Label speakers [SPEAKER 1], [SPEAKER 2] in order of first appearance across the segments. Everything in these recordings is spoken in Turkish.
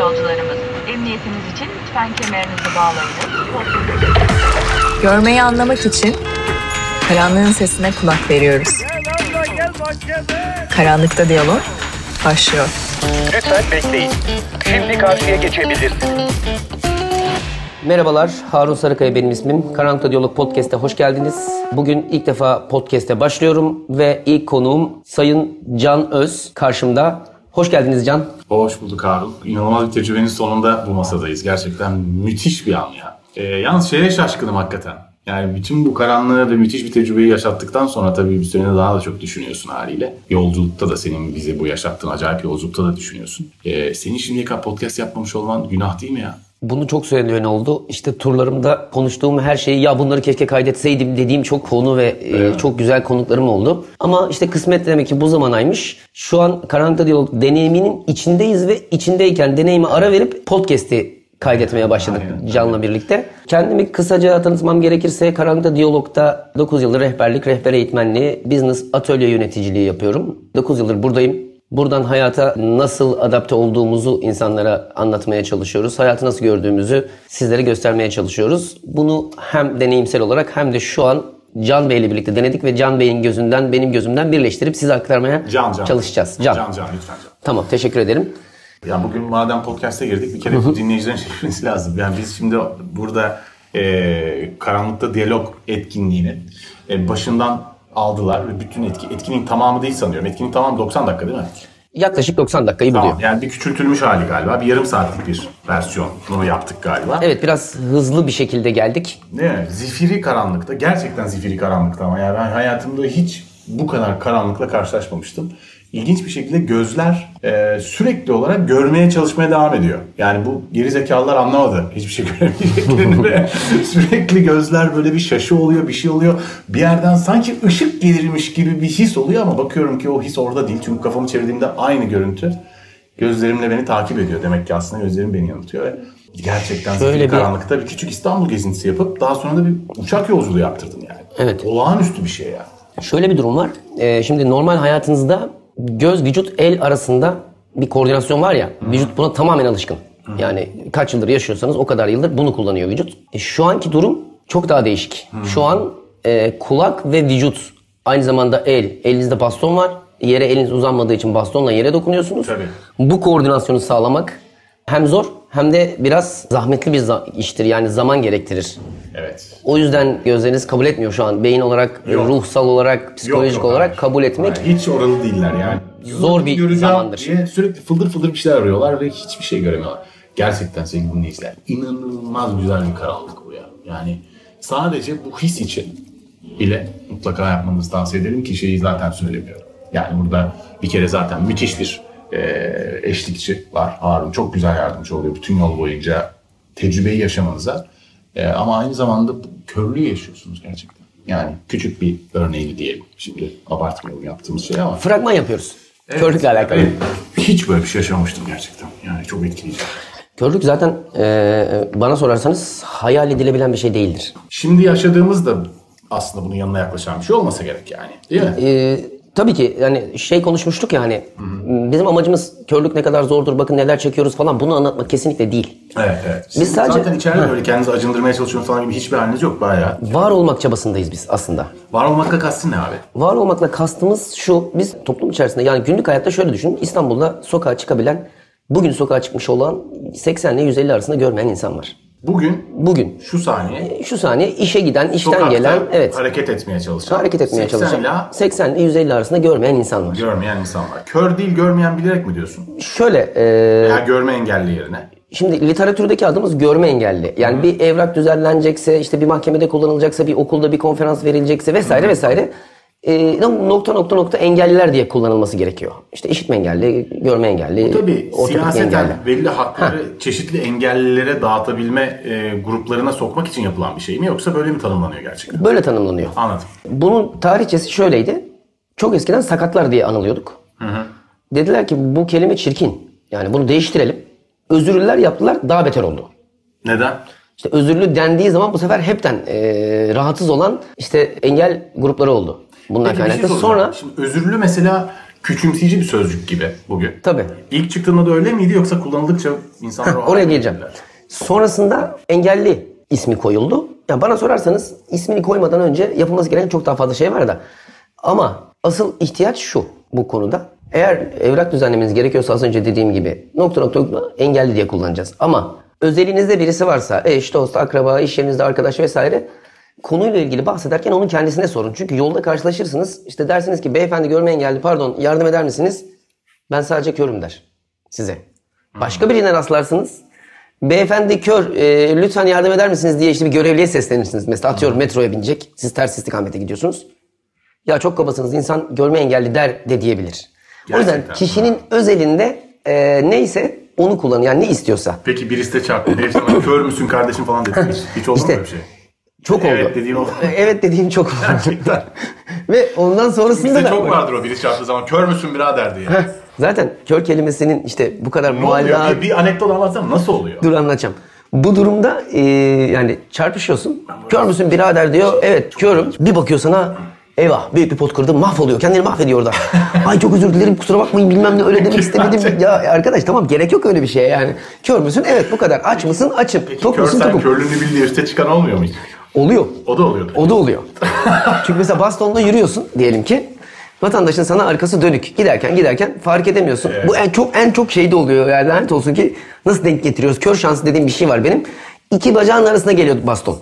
[SPEAKER 1] yolcularımız, emniyetiniz için lütfen kemerinizi bağlayınız.
[SPEAKER 2] Görmeyi anlamak için karanlığın sesine kulak veriyoruz. Karanlıkta diyalog başlıyor.
[SPEAKER 3] Lütfen bekleyin. Şimdi karşıya geçebilirsiniz.
[SPEAKER 4] Merhabalar, Harun Sarıkaya benim ismim. Karanlıkta Diyalog Podcast'e hoş geldiniz. Bugün ilk defa podcast'e başlıyorum ve ilk konuğum Sayın Can Öz karşımda. Hoş geldiniz Can.
[SPEAKER 5] Hoş bulduk Harun. İnanılmaz bir tecrübenin sonunda bu masadayız. Gerçekten müthiş bir an ya. Ee, yalnız şeye şaşkınım hakikaten. Yani bütün bu karanlığı ve müthiş bir tecrübeyi yaşattıktan sonra tabii bir sürede daha da çok düşünüyorsun haliyle. Yolculukta da senin bize bu yaşattığın acayip yolculukta da düşünüyorsun. Ee, senin şimdiye kadar podcast yapmamış olman günah değil mi ya?
[SPEAKER 4] Bunu çok söyleyen oldu. İşte turlarımda konuştuğum her şeyi ya bunları keşke kaydetseydim dediğim çok konu ve e, çok güzel konuklarım oldu. Ama işte kısmet demek ki bu zamanaymış. Şu an Karanlıkta Diyalog deneyiminin içindeyiz ve içindeyken deneyime ara verip podcast'i kaydetmeye başladık
[SPEAKER 5] Aynen.
[SPEAKER 4] Can'la birlikte. Kendimi kısaca tanıtmam gerekirse Karanlıkta Diyalog'da 9 yıldır rehberlik, rehber eğitmenliği, business atölye yöneticiliği yapıyorum. 9 yıldır buradayım. Buradan hayata nasıl adapte olduğumuzu insanlara anlatmaya çalışıyoruz. Hayatı nasıl gördüğümüzü sizlere göstermeye çalışıyoruz. Bunu hem deneyimsel olarak hem de şu an Can Bey'le birlikte denedik ve Can Bey'in gözünden benim gözümden birleştirip size aktarmaya
[SPEAKER 5] Can can.
[SPEAKER 4] çalışacağız. Can.
[SPEAKER 5] Can can, lütfen can.
[SPEAKER 4] Tamam teşekkür ederim.
[SPEAKER 5] Ya bugün madem podcast'e girdik bir kere bu dinleyicilerin şaşırması lazım. Yani biz şimdi burada e, karanlıkta diyalog etkinliğini e, başından aldılar ve bütün etki etkinin tamamı değil sanıyorum. Etkinin tamamı 90 dakika değil mi?
[SPEAKER 4] Yaklaşık 90 dakikayı buluyor.
[SPEAKER 5] Tamam. Yani bir küçültülmüş hali galiba. Bir yarım saatlik bir versiyonunu yaptık galiba.
[SPEAKER 4] Evet biraz hızlı bir şekilde geldik.
[SPEAKER 5] Ne? Zifiri karanlıkta. Gerçekten zifiri karanlıkta ama. Yani ben hayatımda hiç bu kadar karanlıkla karşılaşmamıştım. İlginç bir şekilde gözler e, sürekli olarak görmeye çalışmaya devam ediyor. Yani bu geri zekalılar anlamadı hiçbir şey göremeyeceklerini ve sürekli gözler böyle bir şaşı oluyor, bir şey oluyor. Bir yerden sanki ışık gelirmiş gibi bir his oluyor ama bakıyorum ki o his orada değil. Çünkü kafamı çevirdiğimde aynı görüntü gözlerimle beni takip ediyor. Demek ki aslında gözlerim beni yanıltıyor ve gerçekten
[SPEAKER 4] Şöyle
[SPEAKER 5] zifiri
[SPEAKER 4] bir-
[SPEAKER 5] karanlık Hatta bir küçük İstanbul gezintisi yapıp daha sonra da bir uçak yolculuğu yaptırdım yani.
[SPEAKER 4] Evet.
[SPEAKER 5] Olağanüstü bir şey ya.
[SPEAKER 4] Şöyle bir durum var. Ee, şimdi normal hayatınızda göz, vücut, el arasında bir koordinasyon var ya. Vücut buna tamamen alışkın. Yani kaç yıldır yaşıyorsanız o kadar yıldır bunu kullanıyor vücut. E, şu anki durum çok daha değişik. Şu an e, kulak ve vücut aynı zamanda el. Elinizde baston var. Yere eliniz uzanmadığı için bastonla yere dokunuyorsunuz.
[SPEAKER 5] Tabii.
[SPEAKER 4] Bu koordinasyonu sağlamak hem zor hem de biraz zahmetli bir za- iştir. Yani zaman gerektirir.
[SPEAKER 5] Evet.
[SPEAKER 4] O yüzden gözleriniz kabul etmiyor şu an. Beyin olarak,
[SPEAKER 5] Yok.
[SPEAKER 4] ruhsal olarak, psikolojik
[SPEAKER 5] Yok, yok,
[SPEAKER 4] olarak
[SPEAKER 5] hayır.
[SPEAKER 4] kabul etmek.
[SPEAKER 5] Hayır, hiç oralı değiller yani.
[SPEAKER 4] Zor bir
[SPEAKER 5] Göreceğim
[SPEAKER 4] zamandır.
[SPEAKER 5] Diye sürekli fıldır fıldır bir şeyler arıyorlar ve hiçbir şey göremiyorlar. Gerçekten sevgili dinleyiciler inanılmaz güzel bir karanlık bu ya. Yani sadece bu his için bile mutlaka yapmanızı tavsiye ederim ki şeyi zaten söylemiyorum. Yani burada bir kere zaten müthiş bir eee, eşlikçi var. Harun çok güzel yardımcı oluyor bütün yol boyunca tecrübeyi yaşamanıza. Eee, ama aynı zamanda bu körlüğü yaşıyorsunuz gerçekten. Yani küçük bir örneğini diyelim. Şimdi abartmayalım yaptığımız şey ama.
[SPEAKER 4] Fragman yapıyoruz. Körlükle alakalı.
[SPEAKER 5] Evet. Hiç böyle bir şey yaşamamıştım gerçekten. Yani çok etkileyici.
[SPEAKER 4] Körlük zaten e, bana sorarsanız hayal edilebilen bir şey değildir.
[SPEAKER 5] Şimdi yaşadığımız da aslında bunun yanına yaklaşan bir şey olmasa gerek yani. Değil mi?
[SPEAKER 4] E, tabii ki yani şey konuşmuştuk ya hani bizim amacımız körlük ne kadar zordur bakın neler çekiyoruz falan bunu anlatmak kesinlikle değil.
[SPEAKER 5] Evet evet. Siz
[SPEAKER 4] Biz sadece-
[SPEAKER 5] zaten içeride böyle kendinizi acındırmaya çalışıyorsunuz falan gibi hiçbir haliniz yok bayağı.
[SPEAKER 4] Var olmak çabasındayız biz aslında.
[SPEAKER 5] Var olmakla kastın ne abi?
[SPEAKER 4] Var olmakla kastımız şu, biz toplum içerisinde yani günlük hayatta şöyle düşünün. İstanbul'da sokağa çıkabilen, bugün sokağa çıkmış olan 80 ile 150 arasında görmeyen insan var.
[SPEAKER 5] Bugün
[SPEAKER 4] Bugün
[SPEAKER 5] şu saniye
[SPEAKER 4] şu saniye işe giden, işten
[SPEAKER 5] sokakta
[SPEAKER 4] gelen, evet
[SPEAKER 5] hareket etmeye çalışan.
[SPEAKER 4] hareket etmeye
[SPEAKER 5] 80
[SPEAKER 4] çalışan
[SPEAKER 5] ila
[SPEAKER 4] 80 ile 150 arasında görmeyen insan var.
[SPEAKER 5] görmeyen insan var. Kör değil görmeyen bilerek mi diyorsun?
[SPEAKER 4] Şöyle, e,
[SPEAKER 5] Veya görme engelli yerine.
[SPEAKER 4] şimdi literatürdeki adımız görme engelli. Yani bir evrak düzenlenecekse, işte bir mahkemede kullanılacaksa, bir okulda bir konferans verilecekse vesaire vesaire. e, nokta nokta nokta engelliler diye kullanılması gerekiyor. İşte işitme engelli, görme engelli,
[SPEAKER 5] Tabii
[SPEAKER 4] ortopedi engelli.
[SPEAKER 5] siyaseten belli hakları çeşitli engellilere dağıtabilme e, gruplarına sokmak için yapılan bir şey mi yoksa böyle mi tanımlanıyor gerçekten?
[SPEAKER 4] Böyle tanımlanıyor.
[SPEAKER 5] Anladım.
[SPEAKER 4] Bunun tarihçesi şöyleydi. Çok eskiden sakatlar diye anılıyorduk. Dediler ki bu kelime çirkin. Yani bunu değiştirelim. Özürlüler yaptılar daha beter oldu.
[SPEAKER 5] Neden?
[SPEAKER 4] İşte özürlü dendiği zaman bu sefer hepten eee, rahatsız olan işte engel grupları oldu. Bundan
[SPEAKER 5] Peki bir şey
[SPEAKER 4] kaynaklı.
[SPEAKER 5] soracağım.
[SPEAKER 4] Sonra
[SPEAKER 5] Şimdi özürlü mesela küçümseyici bir sözcük gibi bugün.
[SPEAKER 4] Tabii.
[SPEAKER 5] İlk çıktığında da öyle miydi yoksa kullanıldıkça insanlar o hale
[SPEAKER 4] Oraya geleceğim.
[SPEAKER 5] geldiler?
[SPEAKER 4] Sonrasında engelli ismi koyuldu. Ya bana sorarsanız ismini koymadan önce yapılması gereken çok daha fazla şey var da. Ama asıl ihtiyaç şu bu konuda. Eğer evrak düzenlemeniz gerekiyorsa az önce dediğim gibi nokta nokta nokta engelli diye kullanacağız. Ama özelinizde birisi varsa eş, dost, akraba, iş yerinizde arkadaş vesaire konuyla ilgili bahsederken onun kendisine sorun. Çünkü yolda karşılaşırsınız işte dersiniz ki beyefendi görme engelli pardon yardım eder misiniz? Ben sadece körüm der size. Başka birine rastlarsınız. Beyefendi kör, e, lütfen yardım eder misiniz diye işte bir görevliye seslenirsiniz. Mesela atıyorum metroya binecek, siz ters istikamete gidiyorsunuz. Ya çok kabasınız insan görme engelli der de diyebilir. O yüzden
[SPEAKER 5] Gerçekten.
[SPEAKER 4] kişinin özelinde e, neyse onu kullanın. Yani ne istiyorsa.
[SPEAKER 5] Peki birisi de çarptı. Herif sana kör müsün kardeşim falan dedi. Hiç, hiç oldu
[SPEAKER 4] İşte.
[SPEAKER 5] mu böyle bir şey?
[SPEAKER 4] Çok
[SPEAKER 5] Evet
[SPEAKER 4] oldu.
[SPEAKER 5] dediğin oldu.
[SPEAKER 4] E, Evet dediğim çok oldu.
[SPEAKER 5] Gerçekten.
[SPEAKER 4] Ve ondan sonrasında
[SPEAKER 5] Bizde
[SPEAKER 4] da...
[SPEAKER 5] çok vardır o biri çarptığı zaman kör müsün birader diye.
[SPEAKER 4] Heh, Zaten kör kelimesinin işte bu kadar
[SPEAKER 5] Ne oluyor?
[SPEAKER 4] muallak
[SPEAKER 5] Bir, bir anekdot anlatsana nasıl oluyor?
[SPEAKER 4] Dur anlatacağım. Bu durumda e, yani çarpışıyorsun. Kör müsün birader diyor. Evet körüm. Bir bakıyorsun ha. Eyvah büyük bir pot kırdım mahvoluyor. Kendini mahvediyor orada. Ay çok özür dilerim kusura bakmayın bilmem ne öyle demek istemedim. ya arkadaş tamam gerek yok öyle bir şeye yani. Kör müsün? Evet bu kadar. Aç mısın? Açım. Tok
[SPEAKER 5] Kör
[SPEAKER 4] musun?
[SPEAKER 5] sen
[SPEAKER 4] Tokum.
[SPEAKER 5] körlüğünü bil diye üste çıkan olmuyor mu hiç?
[SPEAKER 4] Oluyor.
[SPEAKER 5] O da oluyordu.
[SPEAKER 4] O da oluyor. Çünkü mesela bastonla yürüyorsun diyelim ki. Vatandaşın sana arkası dönük. Giderken giderken fark edemiyorsun.
[SPEAKER 5] Evet.
[SPEAKER 4] Bu en çok en çok şeyde oluyor yani lanet olsun ki nasıl denk getiriyoruz? Kör şansı dediğim bir şey var benim. İki bacağın arasına geliyor baston.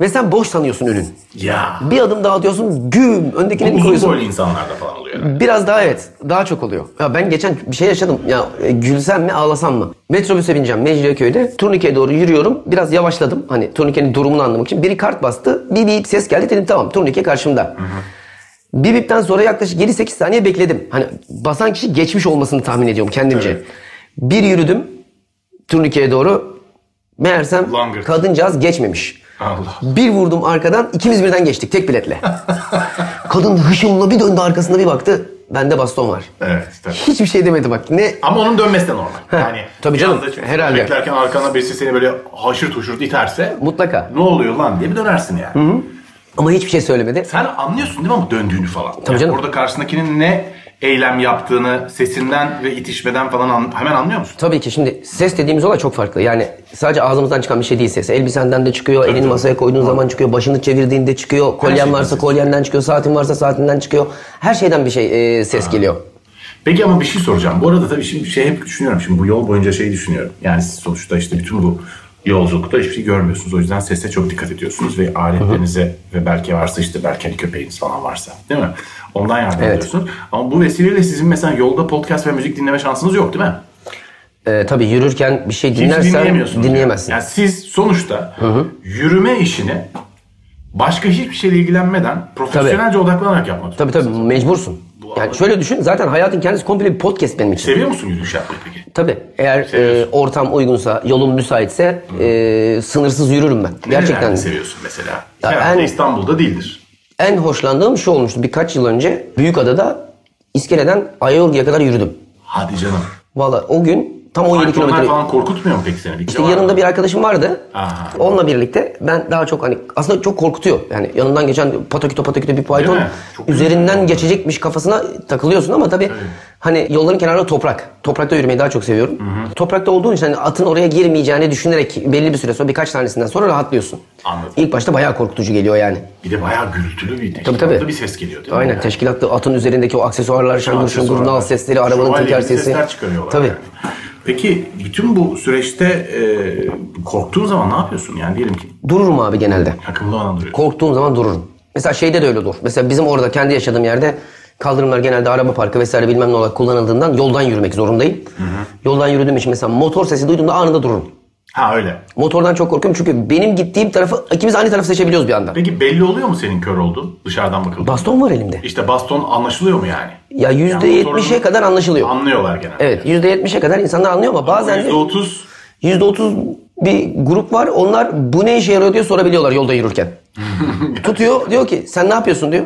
[SPEAKER 4] Ve sen boş sanıyorsun önün.
[SPEAKER 5] Ya.
[SPEAKER 4] Bir adım daha atıyorsun güm
[SPEAKER 5] Bu
[SPEAKER 4] öndekine bir
[SPEAKER 5] uzun
[SPEAKER 4] koyuyorsun.
[SPEAKER 5] boylu insanlarda falan oluyor. herhalde.
[SPEAKER 4] Biraz daha evet. Daha çok oluyor. Ya ben geçen bir şey yaşadım. Ya e, gülsem mi ağlasam mı? Metrobüse bineceğim Mecidiyeköy'de. Turnikeye doğru yürüyorum. Biraz yavaşladım. Hani turnikenin durumunu anlamak için. Biri kart bastı. Bir bip ses geldi. Dedim tamam turnike karşımda. Bir bipten sonra yaklaşık 7-8 saniye bekledim. Hani basan kişi geçmiş olmasını tahmin ediyorum kendimce.
[SPEAKER 5] Evet.
[SPEAKER 4] Bir yürüdüm turnikeye doğru. Meğersem
[SPEAKER 5] Langırt.
[SPEAKER 4] kadıncağız geçmemiş.
[SPEAKER 5] Allah.
[SPEAKER 4] Bir vurdum arkadan ikimiz birden geçtik tek biletle. Kadın hışımla bir döndü arkasına bir baktı. Bende baston var.
[SPEAKER 5] Evet. Tabii.
[SPEAKER 4] Hiçbir şey demedi bak. Ne
[SPEAKER 5] Ama onun dönmesi de normal. Yani
[SPEAKER 4] tabii
[SPEAKER 5] bir
[SPEAKER 4] canım,
[SPEAKER 5] anda çünkü
[SPEAKER 4] herhalde.
[SPEAKER 5] Beklerken arkana birisi seni böyle haşır tuşur iterse
[SPEAKER 4] mutlaka.
[SPEAKER 5] ne oluyor lan diye bir dönersin yani.
[SPEAKER 4] Ama hiçbir şey söylemedi.
[SPEAKER 5] Sen anlıyorsun değil mi ama döndüğünü falan. Tabii
[SPEAKER 4] canım.
[SPEAKER 5] Orada karşısındakinin ne eylem yaptığını sesinden ve itişmeden falan an- hemen anlıyor musun?
[SPEAKER 4] Tabii ki şimdi ses dediğimiz olay çok farklı. Yani sadece ağzımızdan çıkan bir şey değil ses. Elbisenden de çıkıyor, elini masaya koyduğun zaman çıkıyor, başını çevirdiğinde çıkıyor, kolyen
[SPEAKER 5] şeyden
[SPEAKER 4] varsa
[SPEAKER 5] ses.
[SPEAKER 4] kolyenden çıkıyor, saatin varsa saatinden çıkıyor. Her şeyden bir şey e, ses geliyor.
[SPEAKER 5] Peki ama bir şey soracağım. Bu arada tabii şimdi şey hep düşünüyorum. Şimdi bu yol boyunca şeyi düşünüyorum. Yani siz sonuçta işte bütün bu yolculukta hiçbir şey görmüyorsunuz. O yüzden sese çok dikkat ediyorsunuz ve aletlerinize ve belki varsa işte belki hani köpeğiniz falan varsa değil mi? Ondan yardım
[SPEAKER 4] Evet.
[SPEAKER 5] ediyorsunuz. Ama bu vesileyle sizin mesela yolda podcast ve müzik dinleme şansınız yok değil mi?
[SPEAKER 4] E, tabii yürürken bir şey
[SPEAKER 5] Hiç
[SPEAKER 4] dinlersen
[SPEAKER 5] dinleyemiyorsunuz.
[SPEAKER 4] dinleyemezsin.
[SPEAKER 5] Yani siz sonuçta yürüme işini başka hiçbir şeyle ilgilenmeden profesyonelce odaklanarak yapmak
[SPEAKER 4] Tabii tabii mecbursun. Yani şöyle düşün zaten hayatın kendisi komple bir podcast benim için.
[SPEAKER 5] Seviyor musun yürüyüş yapmayı peki?
[SPEAKER 4] Tabii eğer e,
[SPEAKER 5] Seviyorsun.
[SPEAKER 4] ortam uygunsa, yolum müsaitse e, sınırsız yürürüm ben. Gerçekten.
[SPEAKER 5] Nerelerde seviyorsun mesela?
[SPEAKER 4] Ya
[SPEAKER 5] Herhalde
[SPEAKER 4] en-
[SPEAKER 5] İstanbul'da değildir.
[SPEAKER 4] En hoşlandığım şu olmuştu birkaç yıl önce Büyükada'da iskeleden Ayayorgi'ye kadar yürüdüm.
[SPEAKER 5] Hadi canım.
[SPEAKER 4] Valla o gün tam 17
[SPEAKER 5] Onlar
[SPEAKER 4] kilometre.
[SPEAKER 5] falan korkutmuyor mu peki seni? Bir
[SPEAKER 4] İşte yanımda bir arkadaşım vardı.
[SPEAKER 5] Aha.
[SPEAKER 4] Onunla birlikte ben daha çok hani aslında çok korkutuyor. Yani yanından geçen pataküte pataküte bir python
[SPEAKER 5] mi? Çok
[SPEAKER 4] üzerinden geçecekmiş kafasına takılıyorsun ama tabii hani yolların kenarında toprak. Toprakta yürümeyi daha çok seviyorum. Toprakta olduğun için hani atın oraya girmeyeceğini düşünerek belli bir süre sonra birkaç tanesinden sonra rahatlıyorsun.
[SPEAKER 5] Anladım.
[SPEAKER 4] İlk başta bayağı korkutucu geliyor yani.
[SPEAKER 5] Bir de bayağı gürültülü bir teşkilatta
[SPEAKER 4] Tabii tabii.
[SPEAKER 5] bir ses geliyor değil mi?
[SPEAKER 4] Aynen teşkilatlı atın üzerindeki o aksesuarlar, şangır şungur,
[SPEAKER 5] Aksesuarlar.
[SPEAKER 4] nal sesleri, arabanın
[SPEAKER 5] Şövalye
[SPEAKER 4] teker
[SPEAKER 5] gibi
[SPEAKER 4] sesi.
[SPEAKER 5] sesler çıkarıyorlar.
[SPEAKER 4] Tabii.
[SPEAKER 5] yani. Peki bütün bu süreçte e, korktuğun zaman ne yapıyorsun? Yani diyelim ki
[SPEAKER 4] Dururum abi genelde.
[SPEAKER 5] takımda olan duruyor.
[SPEAKER 4] Korktuğum zaman dururum. Mesela şeyde de öyle dur. Mesela bizim orada kendi yaşadığım yerde kaldırımlar genelde araba parkı vesaire bilmem ne olarak kullanıldığından yoldan yürümek zorundayım. Yoldan yürüdüğüm için mesela motor sesi duyduğumda anında dururum.
[SPEAKER 5] ha öyle.
[SPEAKER 4] Motordan çok korkuyorum çünkü benim gittiğim tarafı ikimiz aynı tarafı seçebiliyoruz bir anda.
[SPEAKER 5] Peki belli oluyor mu senin kör olduğun dışarıdan bakıldığında?
[SPEAKER 4] Baston var elimde.
[SPEAKER 5] işte baston anlaşılıyor mu yani?
[SPEAKER 4] Ya yüzde
[SPEAKER 5] Yani motorun-
[SPEAKER 4] yetmişe kadar anlaşılıyor.
[SPEAKER 5] Anlıyorlar genelde.
[SPEAKER 4] Evet yüzde yetmişe kadar insanlar anlıyor ama bazen de
[SPEAKER 5] %30
[SPEAKER 4] yüzde otuz bir grup var. Onlar bu ne işe yarıyor diye sorabiliyorlar yolda yürürken. Tutuyor diyor ki sen ne yapıyorsun diyor.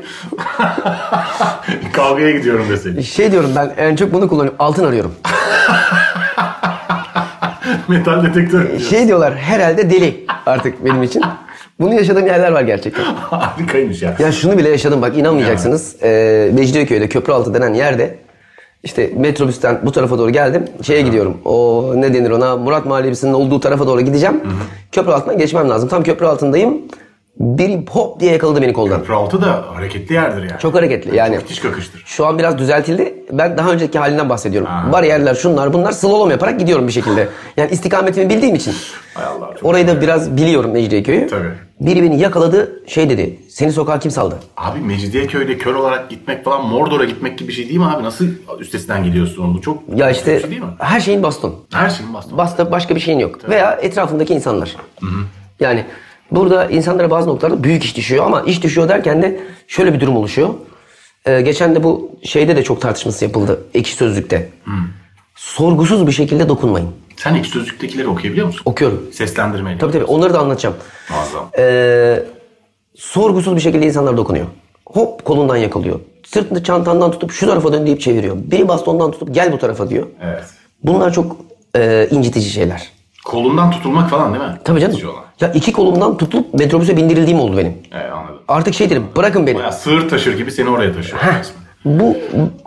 [SPEAKER 5] kavgaya gidiyorum deseydi.
[SPEAKER 4] Şey diyorum ben en çok bunu kullanıyorum altın arıyorum.
[SPEAKER 5] Metal detektör. diyor.
[SPEAKER 4] Şey diyorlar herhalde deli artık benim için. Bunu yaşadığım yerler var gerçekten.
[SPEAKER 5] Harikaymış ya.
[SPEAKER 4] Ya şunu bile yaşadım bak inanmayacaksınız. Ee, Mecidiyeköy'de köprü altı denen yerde İşte metrobüsten bu tarafa doğru geldim. Şeye gidiyorum. O ne denir ona? Murat Mahallesi'nin olduğu tarafa doğru gideceğim. Köprü altından geçmem lazım. Tam köprü altındayım. Biri hop diye yakaladı beni koldan.
[SPEAKER 5] Köprü altı da hareketli yerdir yani.
[SPEAKER 4] Çok hareketli yani.
[SPEAKER 5] Müthiş kakıştır.
[SPEAKER 4] Şu an biraz düzeltildi. Ben daha önceki halinden bahsediyorum.
[SPEAKER 5] Ha.
[SPEAKER 4] Bariyerler şunlar bunlar slalom yaparak gidiyorum bir şekilde. Yani istikametimi bildiğim için.
[SPEAKER 5] Hay Allah. çok
[SPEAKER 4] Orayı da
[SPEAKER 5] güzel.
[SPEAKER 4] biraz biliyorum Mecidiyeköy'ü.
[SPEAKER 5] Tabii.
[SPEAKER 4] Biri beni yakaladı şey dedi. Seni sokağa kim saldı?
[SPEAKER 5] Abi Mecidiyeköy'de kör olarak gitmek falan Mordor'a gitmek gibi bir şey değil mi abi? Nasıl üstesinden geliyorsun onu? Bu çok
[SPEAKER 4] Ya
[SPEAKER 5] bir
[SPEAKER 4] işte
[SPEAKER 5] şey değil mi?
[SPEAKER 4] her şeyin baston.
[SPEAKER 5] Her şeyin bastı.
[SPEAKER 4] Basta başka bir şeyin yok. Veya etrafındaki insanlar. Yani burada insanlara bazı noktalarda büyük iş düşüyor ama iş düşüyor derken de şöyle bir durum oluşuyor. Ee, geçen de bu şeyde de çok tartışması yapıldı. Ekşi Sözlük'te. Sorgusuz bir şekilde dokunmayın.
[SPEAKER 5] Sen ilk sözlüktekileri okuyabiliyor musun?
[SPEAKER 4] Okuyorum.
[SPEAKER 5] Seslendirmeyle.
[SPEAKER 4] Tabii tabii onları da anlatacağım.
[SPEAKER 5] Muazzam.
[SPEAKER 4] Ee, sorgusuz bir şekilde insanlar dokunuyor. Hop kolundan yakalıyor. Sırtını çantandan tutup şu tarafa dön deyip çeviriyor. Biri bastondan tutup gel bu tarafa diyor.
[SPEAKER 5] Evet.
[SPEAKER 4] Bunlar çok e, incitici şeyler.
[SPEAKER 5] Kolundan tutulmak falan değil mi?
[SPEAKER 4] Tabii canım.
[SPEAKER 5] Şey olan.
[SPEAKER 4] Ya iki kolumdan tutulup metrobüse bindirildiğim oldu benim.
[SPEAKER 5] Evet Ee, anladım.
[SPEAKER 4] Artık şey dedim bırakın beni.
[SPEAKER 5] Bayağı sığır taşır gibi seni oraya taşıyor. resmen.
[SPEAKER 4] Bu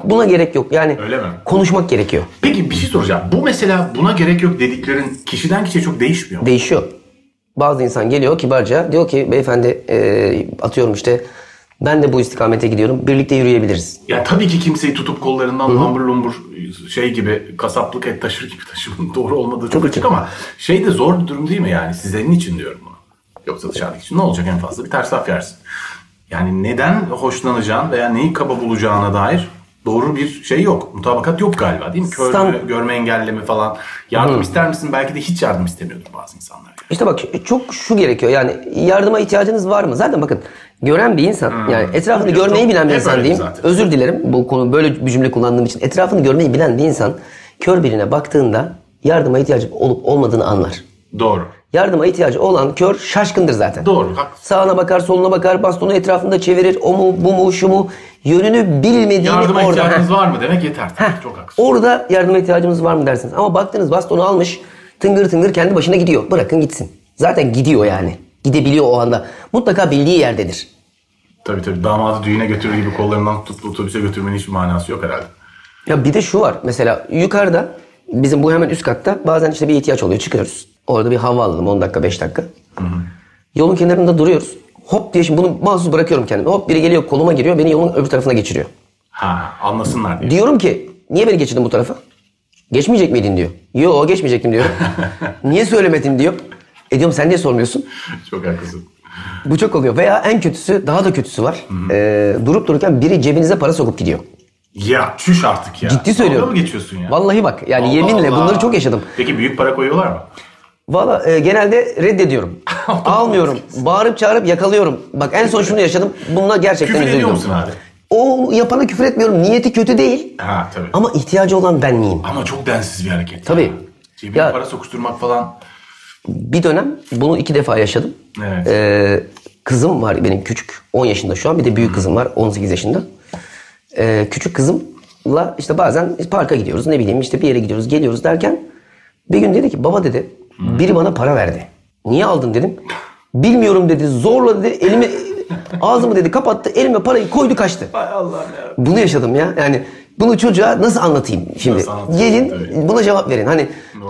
[SPEAKER 4] buna gerek yok. Yani
[SPEAKER 5] Öyle mi?
[SPEAKER 4] konuşmak gerekiyor.
[SPEAKER 5] Peki bir şey soracağım. Bu mesela buna gerek yok dediklerin kişiden kişiye çok değişmiyor. mu?
[SPEAKER 4] Değişiyor. Bazı insan geliyor kibarca diyor ki beyefendi e, atıyorum işte ben de bu istikamete gidiyorum. Birlikte yürüyebiliriz.
[SPEAKER 5] ya tabii ki kimseyi tutup kollarından lambur lumbur şey gibi kasaplık et taşır gibi taşımanın doğru olmadığı çok
[SPEAKER 4] Tabii
[SPEAKER 5] açık
[SPEAKER 4] ki.
[SPEAKER 5] ama şey de zor bir durum değil mi yani sizlerin için diyorum bunu. Yoksa dışarıdaki için ne olacak en fazla bir ters laf yersin. Yani neden hoşlanacağın veya neyi kaba bulacağına dair doğru bir şey yok. Mutabakat yok galiba değil mi? Kör,
[SPEAKER 4] Stan-
[SPEAKER 5] görme engelli mi falan. Yardım ister misin? Belki de hiç yardım istemiyordur bazı insanlar. yani.
[SPEAKER 4] İşte bak çok şu gerekiyor yani yardıma ihtiyacınız var mı? Zaten bakın gören bir insan yani etrafını
[SPEAKER 5] Tabii,
[SPEAKER 4] görmeyi
[SPEAKER 5] çok-
[SPEAKER 4] bilen bir
[SPEAKER 5] hep
[SPEAKER 4] insan
[SPEAKER 5] öyle
[SPEAKER 4] diyeyim.
[SPEAKER 5] zaten.
[SPEAKER 4] Özür dilerim bu konu böyle bir cümle kullandığım için. Etrafını görmeyi bilen bir insan kör birine baktığında yardıma ihtiyacı olup olmadığını anlar.
[SPEAKER 5] Doğru.
[SPEAKER 4] Yardıma ihtiyacı olan kör şaşkındır zaten.
[SPEAKER 5] Doğru. Haklısın.
[SPEAKER 4] Sağına bakar, soluna bakar, bastonu etrafında çevirir. O mu, bu mu, şu mu? Yönünü bilmediğini
[SPEAKER 5] Yardıma
[SPEAKER 4] orada.
[SPEAKER 5] ihtiyacınız
[SPEAKER 4] Heh.
[SPEAKER 5] var mı demek yeter. tabii.
[SPEAKER 4] Heh.
[SPEAKER 5] Çok haklısın.
[SPEAKER 4] Orada yardıma ihtiyacımız var mı dersiniz. Ama baktınız bastonu almış, tıngır tıngır kendi başına gidiyor. Bırakın gitsin. Zaten gidiyor yani. Gidebiliyor o anda. Mutlaka bildiği yerdedir.
[SPEAKER 5] Tabii tabii damadı düğüne götürür gibi kollarından tutup otobüse götürmenin hiçbir manası yok herhalde.
[SPEAKER 4] Ya bir de şu var. Mesela yukarıda bizim bu hemen üst katta bazen işte bir ihtiyaç oluyor. Çıkıyoruz. Orada bir hava alalım 10 dakika 5 dakika. Yolun kenarında duruyoruz. Hop diye şimdi bunu mahsus bırakıyorum kendime. Hop biri geliyor koluma giriyor beni yolun öbür tarafına geçiriyor.
[SPEAKER 5] Ha anlasınlar diye.
[SPEAKER 4] Diyorum ki niye beni geçirdin bu tarafa? Geçmeyecek miydin diyor. Yo geçmeyecektim diyorum. niye söylemedin diyor. E diyorum sen niye sormuyorsun?
[SPEAKER 5] Çok haklısın.
[SPEAKER 4] Bu çok oluyor. Veya en kötüsü daha da kötüsü var. Ee, durup dururken biri cebinize para sokup gidiyor.
[SPEAKER 5] Ya çüş artık ya.
[SPEAKER 4] Ciddi söylüyorum.
[SPEAKER 5] Dalga mı geçiyorsun ya?
[SPEAKER 4] Vallahi bak yani
[SPEAKER 5] Allah
[SPEAKER 4] yeminle
[SPEAKER 5] Allah.
[SPEAKER 4] bunları çok yaşadım.
[SPEAKER 5] Peki büyük para koyuyorlar mı?
[SPEAKER 4] Valla e, genelde reddediyorum. Almıyorum. Bağırıp çağırıp yakalıyorum. Bak en son şunu yaşadım. Bununla gerçekten
[SPEAKER 5] Küfür ediyor
[SPEAKER 4] üzüldüm.
[SPEAKER 5] musun abi?
[SPEAKER 4] O yapana küfür etmiyorum. Niyeti kötü değil.
[SPEAKER 5] Ha tabii. Ama,
[SPEAKER 4] Ama ihtiyacı olan ben miyim?
[SPEAKER 5] çok densiz bir hareket.
[SPEAKER 4] Tabii.
[SPEAKER 5] ya. Cebine
[SPEAKER 4] Ya-
[SPEAKER 5] para sokuşturmak falan.
[SPEAKER 4] Bir dönem bunu iki defa yaşadım.
[SPEAKER 5] Evet.
[SPEAKER 4] Ee, kızım var benim küçük. 10 yaşında şu an. Bir de büyük kızım var 18 yaşında. Ee, küçük kızımla işte bazen biz parka gidiyoruz. Ne bileyim işte bir yere gidiyoruz geliyoruz derken bir gün dedi ki baba dedi biri bana para verdi. Niye aldın dedim. Bilmiyorum dedi zorla dedi elimi ağzımı dedi kapattı elime parayı koydu kaçtı.
[SPEAKER 5] Hay Allah'ım ya.
[SPEAKER 4] Bunu yaşadım ya. Yani bunu çocuğa nasıl anlatayım şimdi?
[SPEAKER 5] Nasıl anlatayım?
[SPEAKER 4] Gelin
[SPEAKER 5] Tabii.
[SPEAKER 4] buna cevap verin. Hani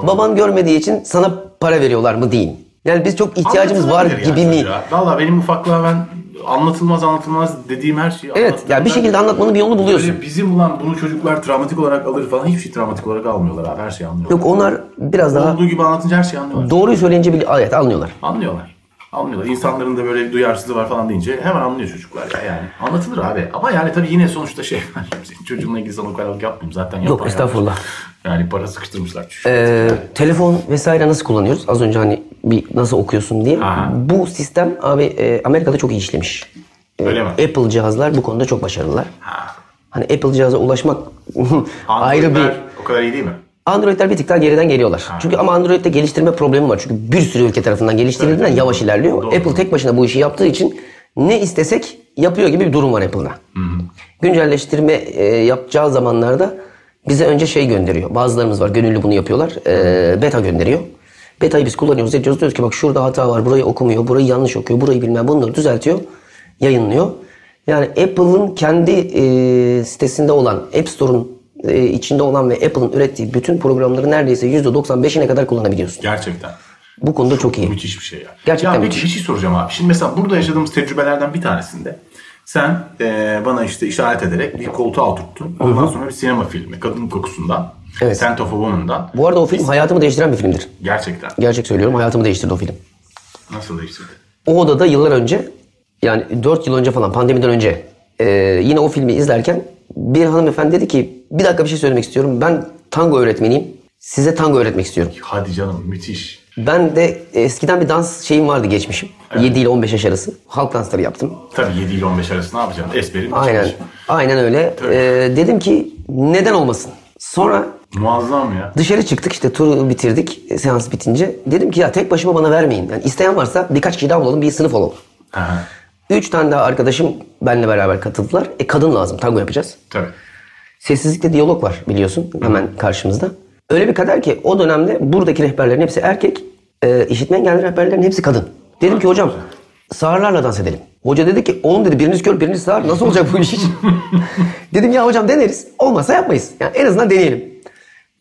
[SPEAKER 4] baban görmediği için sana para veriyorlar mı deyin. Yani biz çok ihtiyacımız var
[SPEAKER 5] Anlatılabilir
[SPEAKER 4] gibi
[SPEAKER 5] yani
[SPEAKER 4] mi?
[SPEAKER 5] çocuğa. Valla benim ufaklığa ben anlatılmaz anlatılmaz dediğim her şeyi
[SPEAKER 4] Evet
[SPEAKER 5] anlattım.
[SPEAKER 4] ya bir
[SPEAKER 5] Ben-
[SPEAKER 4] şekilde anlatmanın bir yolunu buluyorsun.
[SPEAKER 5] Böyle Hani bizim ulan bunu çocuklar travmatik olarak alır falan hiçbir şey travmatik olarak almıyorlar abi her şeyi anlıyorlar.
[SPEAKER 4] Yok onlar biraz daha
[SPEAKER 5] Olduğu gibi anlatınca her şeyi anlıyorlar.
[SPEAKER 4] doğruyu söyleyince bile evet, anlıyorlar.
[SPEAKER 5] Anlıyorlar. Anlıyorlar. İnsanların da böyle bir duyarsızlığı var falan deyince hemen anlıyor çocuklar ya yani. Anlatılır abi. Ama yani tabii yine sonuçta şey var. Senin Çocuğunla ilgili sana ukalalık yapmayayım. Zaten yapan
[SPEAKER 4] Yok,
[SPEAKER 5] yapmış.
[SPEAKER 4] estağfurullah.
[SPEAKER 5] Yani para sıkıştırmışlar.
[SPEAKER 4] Ee, telefon vesaire nasıl kullanıyoruz? Az önce hani bir nasıl okuyorsun diye.
[SPEAKER 5] Aha.
[SPEAKER 4] Bu sistem abi e, Amerika'da çok iyi işlemiş.
[SPEAKER 5] Öyle mi?
[SPEAKER 4] Apple cihazlar bu konuda çok başarılılar.
[SPEAKER 5] Ha.
[SPEAKER 4] Hani Apple cihaza ulaşmak ayrı
[SPEAKER 5] Androidler
[SPEAKER 4] bir
[SPEAKER 5] O kadar iyi değil mi?
[SPEAKER 4] Android'ler bir tık daha geriden geliyorlar. Çünkü ama Android'de geliştirme problemi var. Çünkü bir sürü ülke tarafından geliştirildiğinden
[SPEAKER 5] Evet.
[SPEAKER 4] yavaş ilerliyor.
[SPEAKER 5] Doğru.
[SPEAKER 4] Apple tek başına bu işi yaptığı için ne istesek yapıyor gibi bir durum var Apple'da. Güncelleştirme e, yapacağı zamanlarda bize önce şey gönderiyor. Bazılarımız var gönüllü bunu yapıyorlar. E, beta gönderiyor. Beta'yı biz kullanıyoruz ediyoruz. Diyoruz ki bak şurada hata var. Burayı okumuyor. Burayı yanlış okuyor. Burayı bilmem bunları düzeltiyor. Yayınlıyor. Yani Apple'ın kendi e, sitesinde olan App Store'un e, içinde olan ve Apple'ın ürettiği bütün programları neredeyse %95'ine kadar kullanabiliyorsun.
[SPEAKER 5] Gerçekten.
[SPEAKER 4] Bu konuda çok iyi.
[SPEAKER 5] Müthiş bir şey ya.
[SPEAKER 4] Gerçekten
[SPEAKER 5] ya peki
[SPEAKER 4] müthiş.
[SPEAKER 5] bir şey soracağım abi. Şimdi mesela burada yaşadığımız tecrübelerden bir tanesinde sen eee, bana işte işaret ederek bir koltuğa oturttun. Ondan sonra bir sinema filmi. Kadın kokusundan.
[SPEAKER 4] Evet.
[SPEAKER 5] Scent of a Woman'dan.
[SPEAKER 4] Bu arada o film hayatımı değiştiren bir filmdir.
[SPEAKER 5] Gerçekten.
[SPEAKER 4] Gerçek söylüyorum hayatımı değiştirdi o film.
[SPEAKER 5] Nasıl değiştirdi?
[SPEAKER 4] O odada yıllar önce yani 4 yıl önce falan pandemiden önce e, yine o filmi izlerken bir hanımefendi dedi ki bir dakika bir şey söylemek istiyorum. Ben tango öğretmeniyim. Size tango öğretmek istiyorum.
[SPEAKER 5] Hadi canım müthiş.
[SPEAKER 4] Ben de eskiden bir dans şeyim vardı geçmişim. 7 ile 15 yaş arası. Halk dansları yaptım.
[SPEAKER 5] Tabii 7 ile 15 arası ne yapacaksın? Esberin
[SPEAKER 4] Aynen.
[SPEAKER 5] çıkmış.
[SPEAKER 4] Aynen öyle.
[SPEAKER 5] Tabii.
[SPEAKER 4] E, dedim ki neden olmasın? Sonra
[SPEAKER 5] Muazzam ya.
[SPEAKER 4] dışarı çıktık işte turu bitirdik e, seans bitince. Dedim ki ya tek başıma bana vermeyin. Yani isteyen varsa birkaç kişi daha bulalım bir sınıf olalım.
[SPEAKER 5] Ha,
[SPEAKER 4] Üç tane daha arkadaşım benle beraber katıldılar. E kadın lazım tango yapacağız.
[SPEAKER 5] tabii.
[SPEAKER 4] Sessizlikte diyalog var biliyorsun hemen karşımızda. Öyle bir kader ki o dönemde buradaki rehberlerin hepsi erkek. E, işitme engelli rehberlerin hepsi kadın. Dedim ki hocam sağırlarla dans edelim. Hoca dedi ki oğlum dedi biriniz kör biriniz sağır nasıl olacak bu iş? Dedim ya hocam deneriz. Olmazsa yapmayız. Yani en azından deneyelim.